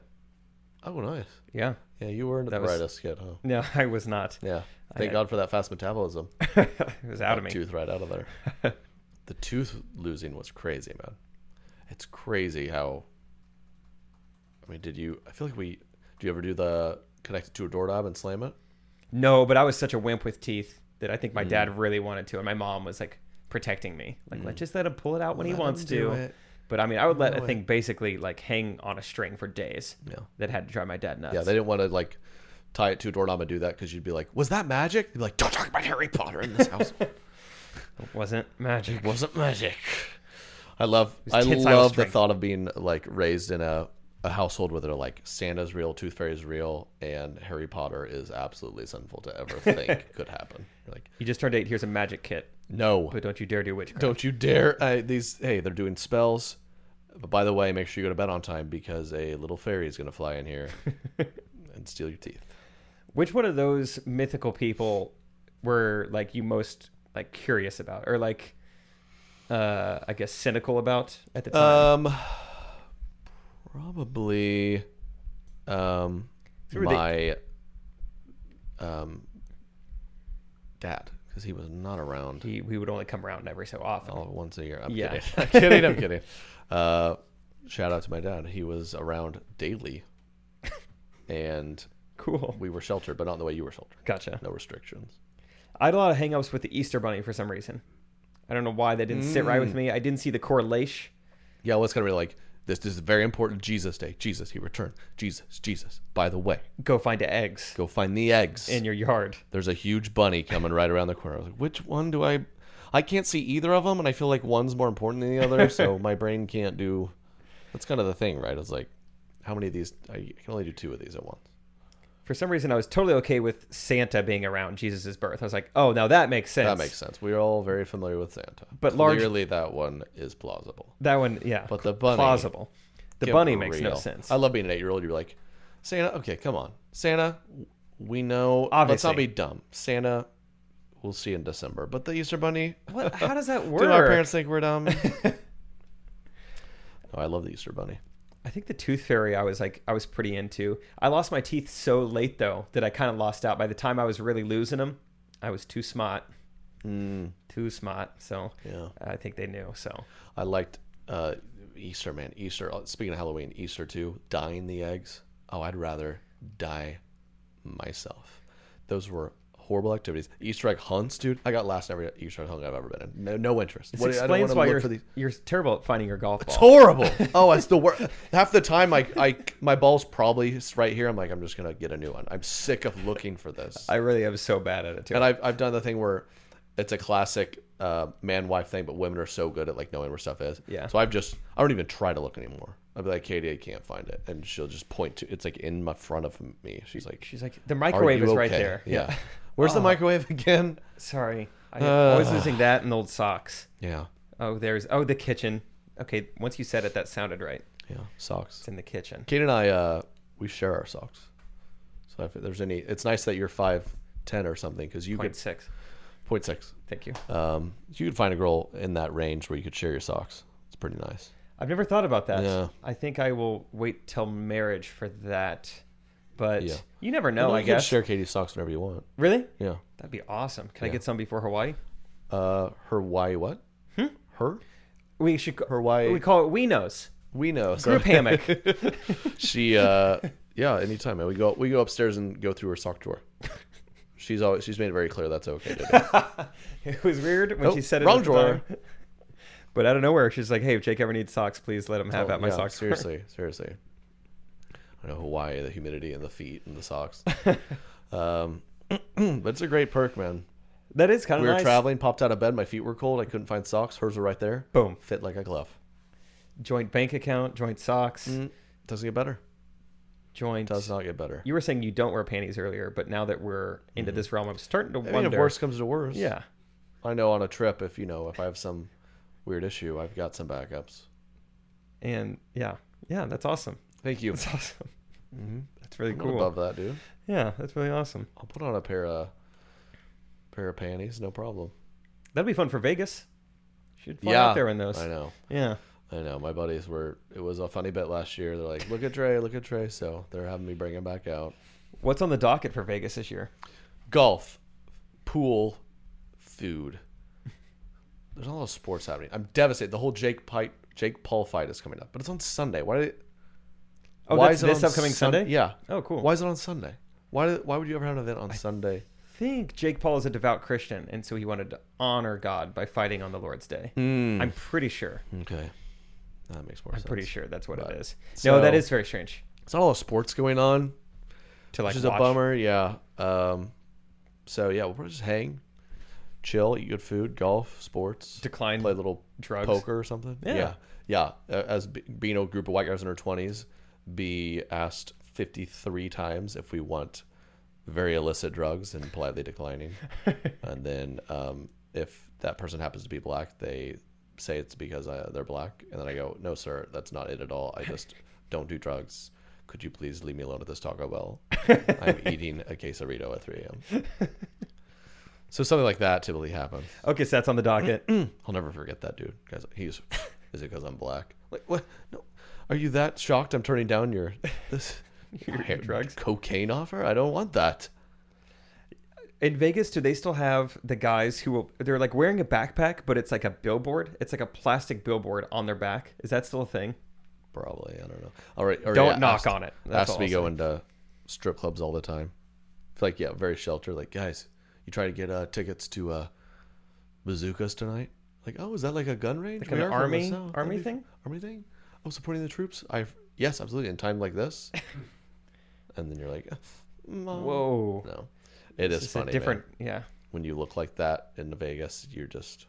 Speaker 4: Oh, nice.
Speaker 3: Yeah.
Speaker 4: Yeah, you weren't the
Speaker 3: That was-
Speaker 4: brightest kid, huh?
Speaker 3: No, I was not.
Speaker 4: Yeah. Thank God for that fast metabolism.
Speaker 3: It was out of me.
Speaker 4: Tooth right out of there. the tooth losing was crazy, man. It's crazy how. I mean, did you? I feel like we. Do you ever do the connect it to a doorknob and slam it?
Speaker 3: No, but I was such a wimp with teeth that I think my
Speaker 4: Hmm.
Speaker 3: dad really wanted to, and my mom was like protecting me, like let just let him pull it out when he wants to. But I mean, I would let a thing basically like hang on a string for days. Yeah. That had to drive my dad nuts.
Speaker 4: Yeah, they didn't want to like tie it to a doorknob and do that because you'd be like, "Was that magic?" They'd be like, "Don't talk about Harry Potter in this house."
Speaker 3: wasn't magic.
Speaker 4: Wasn't magic. I love.
Speaker 3: was
Speaker 4: I
Speaker 3: tensile
Speaker 4: love the
Speaker 3: strength.
Speaker 4: thought of being like raised in a. A household where they're like Santa's real, Tooth Fairy's real, and Harry Potter is absolutely sinful to ever think could happen. You're like,
Speaker 3: You just turned eight. Here's a magic kit,
Speaker 4: no,
Speaker 3: but don't you dare do witchcraft.
Speaker 4: Don't you dare! I, these hey, they're doing spells. But by the way, make sure you go to bed on time because a little fairy is going to fly in here and steal your teeth.
Speaker 3: Which one of those mythical people were like you most like curious about, or like, uh, I guess cynical about at the time?
Speaker 4: Um, probably, um,
Speaker 3: were the-
Speaker 4: my um dad because he was not around
Speaker 3: he, he would only come around every so often.
Speaker 4: all once a year. I'm
Speaker 3: Yeah.
Speaker 4: kidding. I'm kidding. I'm kidding. Uh, shout out to my dad. He was around daily, and
Speaker 3: Cool.
Speaker 4: we were sheltered, but not the way you were sheltered.
Speaker 3: Gotcha.
Speaker 4: No restrictions.
Speaker 3: I had a lot of hangups with the Easter Bunny for some reason. I don't know why that didn't sit right
Speaker 4: Mm.
Speaker 3: with me. I didn't see the correlation.
Speaker 4: Yeah, well, it's gonna be like this. This is very important. Jesus Day. Jesus, he returned. Jesus, Jesus. By the way,
Speaker 3: Go find eggs
Speaker 4: go find the eggs.
Speaker 3: in your yard.
Speaker 4: There's a huge bunny coming right around the corner. I was like, which one do I? I can't see either of them, and I feel like one's more important than the other, so my brain can't do. That's kind of the thing, right? It's like, how many of these? I can only do two of these at once.
Speaker 3: For some reason, I was totally okay with Santa being around Jesus' birth. I was like, oh, now that makes sense.
Speaker 4: That makes sense. We're all very familiar with Santa,
Speaker 3: But large-
Speaker 4: clearly that one is plausible.
Speaker 3: That one, yeah.
Speaker 4: But the bunny-
Speaker 3: Plausible. The
Speaker 4: Get
Speaker 3: bunny makes no
Speaker 4: real.
Speaker 3: sense.
Speaker 4: I love being an eight year old. You're like, Santa, okay, come on. Santa, we know. Let's
Speaker 3: Obviously.
Speaker 4: not be dumb. Santa, we'll see in December. But the Easter Bunny,
Speaker 3: What, how does that work?
Speaker 4: do our parents think we're dumb? oh, I love the Easter Bunny.
Speaker 3: I think the Tooth Fairy I was like I was pretty into. I lost my teeth so late though that I kind of lost out. By the time I was really losing them, I was too smart. Too smart. So
Speaker 4: Mm. Yeah.
Speaker 3: I think they knew. So
Speaker 4: I liked uh, Easter, man. Easter. uh, Speaking of Halloween, Easter too. Dyeing the eggs. Oh, I'd rather dye myself. Those were horrible activities. Easter egg hunts, dude. I got last in every Easter egg hunt I've ever been in. No, no interest.
Speaker 3: This
Speaker 4: What- I don't
Speaker 3: explains
Speaker 4: wanna
Speaker 3: why
Speaker 4: look
Speaker 3: you're
Speaker 4: for these-
Speaker 3: you're terrible at finding your golf
Speaker 4: It's
Speaker 3: ball.
Speaker 4: horrible. Oh, it's the worst. Half the time, I, I, my ball's probably right here. I'm like, I'm just gonna get a new one. I'm sick of looking for this.
Speaker 3: I really am so bad at it too.
Speaker 4: And I've, I've done the thing where it's a classic uh, man wife thing, but women are so good at like knowing where stuff is.
Speaker 3: Yeah.
Speaker 4: So I've just I don't even try to look anymore. I'll be like, Katie, I can't find it, and she'll just point to it's like in my front of me. She's like,
Speaker 3: She's like, the
Speaker 4: "Are
Speaker 3: microwave
Speaker 4: you
Speaker 3: is right
Speaker 4: okay?"
Speaker 3: there. Oh.
Speaker 4: Yeah. Where's the microwave again?
Speaker 3: Sorry, I'm always losing that and old socks.
Speaker 4: Yeah.
Speaker 3: Oh, there's oh the kitchen. Okay, once you said it, that sounded right.
Speaker 4: Yeah. Socks.
Speaker 3: It's in the kitchen.
Speaker 4: Kate and I, uh, we share our socks. So if there's any, it's nice that you're five ten or something because you
Speaker 3: Point
Speaker 4: could
Speaker 3: six.
Speaker 4: point six.
Speaker 3: Thank you.
Speaker 4: Um, you could find a girl in that range where you could share your socks. It's pretty nice.
Speaker 3: I've never thought about that.
Speaker 4: Yeah.
Speaker 3: I think I will wait till marriage for that. But
Speaker 4: Yeah.
Speaker 3: you never know.
Speaker 4: you
Speaker 3: I
Speaker 4: can
Speaker 3: guess.
Speaker 4: share Katie's socks whenever you want.
Speaker 3: Really?
Speaker 4: Yeah.
Speaker 3: That'd be awesome. Can I get some before Hawaii?
Speaker 4: Uh, her why what? Her
Speaker 3: We should. Go,
Speaker 4: Hawaii-
Speaker 3: Hmm? We call it Winos.
Speaker 4: we know. So
Speaker 3: Group hammock.
Speaker 4: she uh, yeah. Anytime man. we go we go upstairs and go through her sock drawer. She's always she's made it very clear that's okay. To do.
Speaker 3: It was weird when
Speaker 4: Oh,
Speaker 3: she said it.
Speaker 4: wrong
Speaker 3: at the
Speaker 4: drawer.
Speaker 3: time. But out of nowhere, she's like, "Hey, if Jake ever needs socks, please let him have out my
Speaker 4: Oh, Yeah,
Speaker 3: socks." drawer."
Speaker 4: Seriously, seriously. I know Hawaii, the humidity and the feet and the socks. um, but it's a great perk, man.
Speaker 3: that is kind
Speaker 4: We
Speaker 3: of
Speaker 4: were
Speaker 3: Oh, nice.
Speaker 4: traveling, popped out of bed. My feet were cold. I couldn't find socks. Hers were right there.
Speaker 3: Boom.
Speaker 4: Fit like a glove.
Speaker 3: Joint bank account, joint socks,
Speaker 4: Doesn't get better.
Speaker 3: joint.
Speaker 4: Mm, Does not get better.
Speaker 3: You were saying you don't wear panties earlier, but now that we're into this realm, I'm starting to
Speaker 4: Mm-hmm. I mean,
Speaker 3: wonder.
Speaker 4: if worse comes to worse.
Speaker 3: yeah,
Speaker 4: I know on a trip if you know if I have some weird issue, I've got some backups.
Speaker 3: and yeah, yeah, that's awesome.
Speaker 4: Thank you.
Speaker 3: That's awesome. That's really
Speaker 4: Cool.
Speaker 3: cool.
Speaker 4: Above that, dude.
Speaker 3: Yeah, that's really awesome.
Speaker 4: I'll put on a pair of pair of panties, no problem.
Speaker 3: That'll be fun for Vegas. Should fly out there in those.
Speaker 4: I know.
Speaker 3: Yeah.
Speaker 4: I know. My buddies were. It was a funny bit last year. They're like, "Look at Dre, look at Dre." So they're having me bring him back out.
Speaker 3: What's on the docket for Vegas this year?
Speaker 4: Golf, pool, food. There's a lot of sports happening. I'm devastated. The whole Jake Pite, Jake Paul fight is coming up, but it's on Sunday. Why? Did,
Speaker 3: Oh,
Speaker 4: why
Speaker 3: that's
Speaker 4: is it
Speaker 3: this
Speaker 4: on
Speaker 3: upcoming
Speaker 4: Sun-
Speaker 3: Sunday?
Speaker 4: Yeah.
Speaker 3: Oh, cool.
Speaker 4: Why is it on Sunday? Why? Did, why would you ever have an event on Sunday?
Speaker 3: I think Jake Paul is a devout Christian, and so he wanted to honor God by fighting on the Lord's Day.
Speaker 4: Hmm.
Speaker 3: I'm pretty sure.
Speaker 4: Okay, that makes more
Speaker 3: I'm
Speaker 4: sense.
Speaker 3: pretty sure that's what it is.
Speaker 4: So-
Speaker 3: no, that is very strange.
Speaker 4: It's not all sports going on.
Speaker 3: To like
Speaker 4: which is
Speaker 3: watch.
Speaker 4: a bummer. Yeah. Um, so yeah, we'll probably just hang, chill, eat good food, golf, sports,
Speaker 3: Decline
Speaker 4: play a little
Speaker 3: drugs.
Speaker 4: poker or something.
Speaker 3: Yeah.
Speaker 4: yeah, yeah. Uh, As be- being a group of white guys in our twenties, be asked fifty three times if we want very illicit drugs and politely declining, and then um, if that person happens to be black, they say it's because I, they're black, and then I go, "No, sir, that's not it at all. I just don't do drugs." Could you please leave me alone at this Taco Bell? I'm eating a quesarito at 3 a.m. So something like that typically happens.
Speaker 3: Okay, so that's on the docket.
Speaker 4: I'll never forget that dude. Guys, he's is it because I'm black? Like what? No, are you that shocked? I'm turning down your this your
Speaker 3: drugs?
Speaker 4: cocaine offer. I don't want that.
Speaker 3: In Vegas, do they still have the guys who will, they're like wearing a backpack, but it's like a billboard? It's like a plastic billboard on their back. Is that still a thing?
Speaker 4: Probably. I don't know. All right. Or,
Speaker 3: Don't
Speaker 4: yeah,
Speaker 3: knock
Speaker 4: asked-
Speaker 3: on it. That's
Speaker 4: asked
Speaker 3: all
Speaker 4: me
Speaker 3: I'll say.
Speaker 4: going to strip clubs all the time. It's like yeah, very sheltered. Like guys, you try to get uh, tickets to uh, bazookas tonight. Like oh, is that like a gun range?
Speaker 3: Like an
Speaker 4: We are from the
Speaker 3: army-
Speaker 4: South. That'd
Speaker 3: army
Speaker 4: be-
Speaker 3: thing?
Speaker 4: Army thing. Oh, supporting the troops. I yes, absolutely. In time like this, and then you're like, Mom.
Speaker 3: Whoa.
Speaker 4: No, it is
Speaker 3: It's
Speaker 4: funny.
Speaker 3: a
Speaker 4: different
Speaker 3: different, yeah.
Speaker 4: when you look like that in Vegas. You're just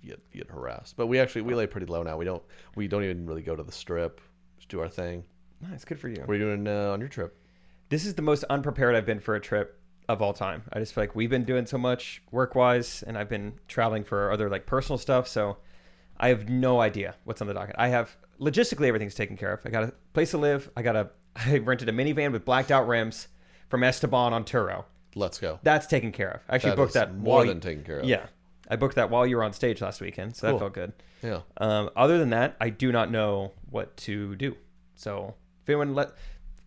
Speaker 4: you get you get harassed. But we actually we lay pretty low now. We don't we don't even really go to the strip. Just do our thing.
Speaker 3: Nice, good for you.
Speaker 4: What are you doing uh, on your trip?
Speaker 3: this is the most unprepared I've been for a trip of all time. I just feel like we've been doing so much work wise and I've been traveling for other like personal stuff. So I have no idea what's on the docket. I have logistically everything's taken care of. I got a place to live. I got a, I rented a minivan with blacked out rims from Esteban on Turo.
Speaker 4: Let's go.
Speaker 3: That's taken care of. I actually
Speaker 4: That
Speaker 3: booked
Speaker 4: is
Speaker 3: that
Speaker 4: more
Speaker 3: while
Speaker 4: than
Speaker 3: you-
Speaker 4: taken care of.
Speaker 3: Yeah. I booked that while you were on stage last weekend. So that felt good.
Speaker 4: yeah.
Speaker 3: Um, other than that, I do not know what to do. So if anyone let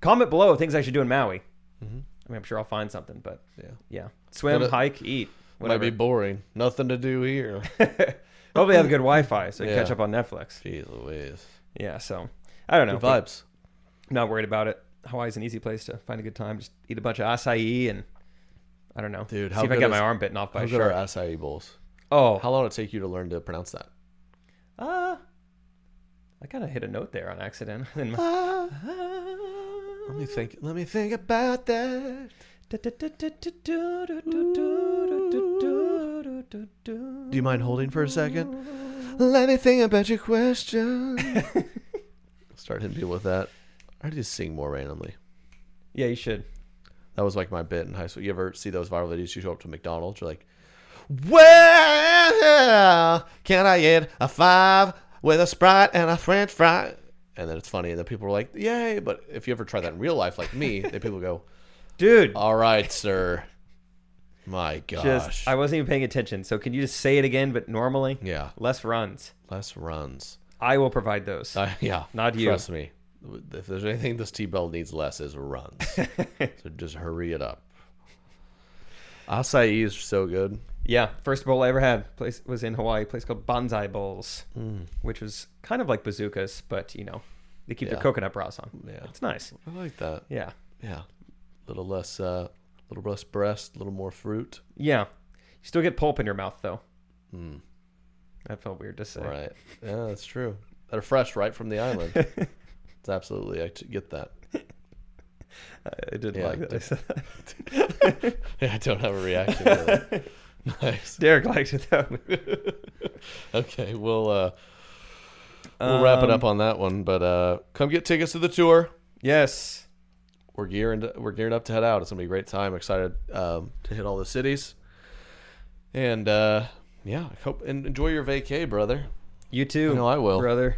Speaker 3: comment below things I should do in Maui. I mean, I'm sure I'll find something, but yeah, swim,
Speaker 4: Mm-hmm. Gotta-
Speaker 3: hike, eat, whatever.
Speaker 4: Might be boring. Nothing to do here.
Speaker 3: Hopefully, I have good Wi-Fi so I can
Speaker 4: Yeah.
Speaker 3: catch up on Netflix.
Speaker 4: Jeez Louise.
Speaker 3: Yeah, so I don't know.
Speaker 4: Good vibes.
Speaker 3: Not worried about it. Hawaii's an easy place to find a good time. Just eat a bunch of acai and I don't know.
Speaker 4: Dude,
Speaker 3: see
Speaker 4: how
Speaker 3: if I
Speaker 4: good
Speaker 3: got
Speaker 4: is-
Speaker 3: my arm bitten off by
Speaker 4: How
Speaker 3: a
Speaker 4: good are
Speaker 3: shark.
Speaker 4: acai bowls?
Speaker 3: oh,
Speaker 4: How long did it take you to learn to pronounce that?
Speaker 3: uh, I kind of hit a note there on accident. In my-
Speaker 4: Ah. Let me think. Let me think about that. Do you mind holding for a second? Let me think about your question. Start hitting people with that. I just sing more randomly.
Speaker 3: Yeah, you should.
Speaker 4: That was like my bit in high school. You ever see those viral videos? You show up to McDonald's, you're like, "Well, can I get a five with a sprite and a French fry?" And then it's funny, and then people are like, "Yay!" But if you ever try that in real life, like me, then people go,
Speaker 3: Dude,
Speaker 4: "All right, sir." My gosh,
Speaker 3: just I wasn't even paying attention. So can you just say it again but normally?
Speaker 4: Yeah.
Speaker 3: Less runs.
Speaker 4: less runs.
Speaker 3: I will provide those.
Speaker 4: Uh, yeah,
Speaker 3: Not you.
Speaker 4: Trust me. If there's anything this T Bell needs less is runs. so just hurry it up. Acai is so good.
Speaker 3: yeah, first bowl I ever had place was in Hawaii, a place called Bonsai Bowls,
Speaker 4: Hmm.
Speaker 3: which was kind of like bazookas, but you know, they keep their
Speaker 4: Yeah.
Speaker 3: coconut bras on.
Speaker 4: Yeah.
Speaker 3: It's nice.
Speaker 4: I like that.
Speaker 3: Yeah.
Speaker 4: Yeah. little less uh little less breast, a little more fruit.
Speaker 3: Yeah. You still get pulp in your mouth though. That felt weird to say.
Speaker 4: Hmm. Right. Yeah, that's true. They're fresh right from the island. it's absolutely I t- get that.
Speaker 3: I did
Speaker 4: Yeah,
Speaker 3: like
Speaker 4: I
Speaker 3: that. I
Speaker 4: did.
Speaker 3: said that.
Speaker 4: I don't have a reaction to that. Nice.
Speaker 3: Derek liked it though.
Speaker 4: Okay, we'll uh we'll wrap
Speaker 3: Um,
Speaker 4: it up on that one, but uh come get tickets to the tour.
Speaker 3: yes.
Speaker 4: We're gearing we're gearing up to head out. It's gonna be a great time. Excited um, to hit all the cities. And uh yeah, I hope and enjoy your vacay, brother.
Speaker 3: You too.
Speaker 4: I know I will.
Speaker 3: Brother.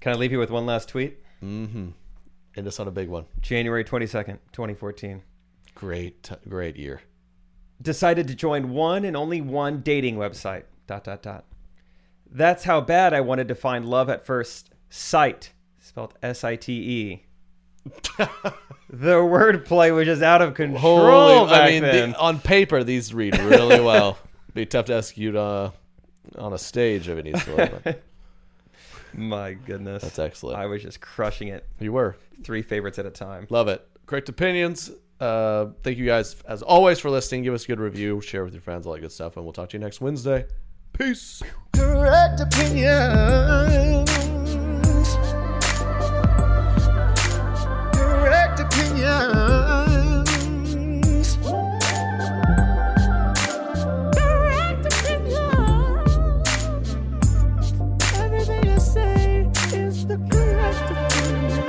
Speaker 3: Can I leave you with one last tweet?
Speaker 4: and it's on a big one.
Speaker 3: January 22nd, 2014.
Speaker 4: Great, t- great year.
Speaker 3: Decided to join one and only one dating website. Dot, dot, dot. That's how bad I wanted to find love at first sight, spelled S I T E. the wordplay was just out of control.
Speaker 4: Holy,
Speaker 3: back
Speaker 4: I mean, the-
Speaker 3: then.
Speaker 4: on paper these read really well. Be tough to execute uh, on a stage of any sort. but
Speaker 3: My goodness.
Speaker 4: That's excellent.
Speaker 3: I was just crushing it.
Speaker 4: you were.
Speaker 3: Three favorites at a time.
Speaker 4: Love it. Correct opinions. Uh, thank you guys, as always, for listening. Give us a good review, share with your friends, all that good stuff, and we'll talk to you next Wednesday. Peace.
Speaker 7: Correct opinions. Correct opinions. Correct opinions. Everything I say is the correct opinion.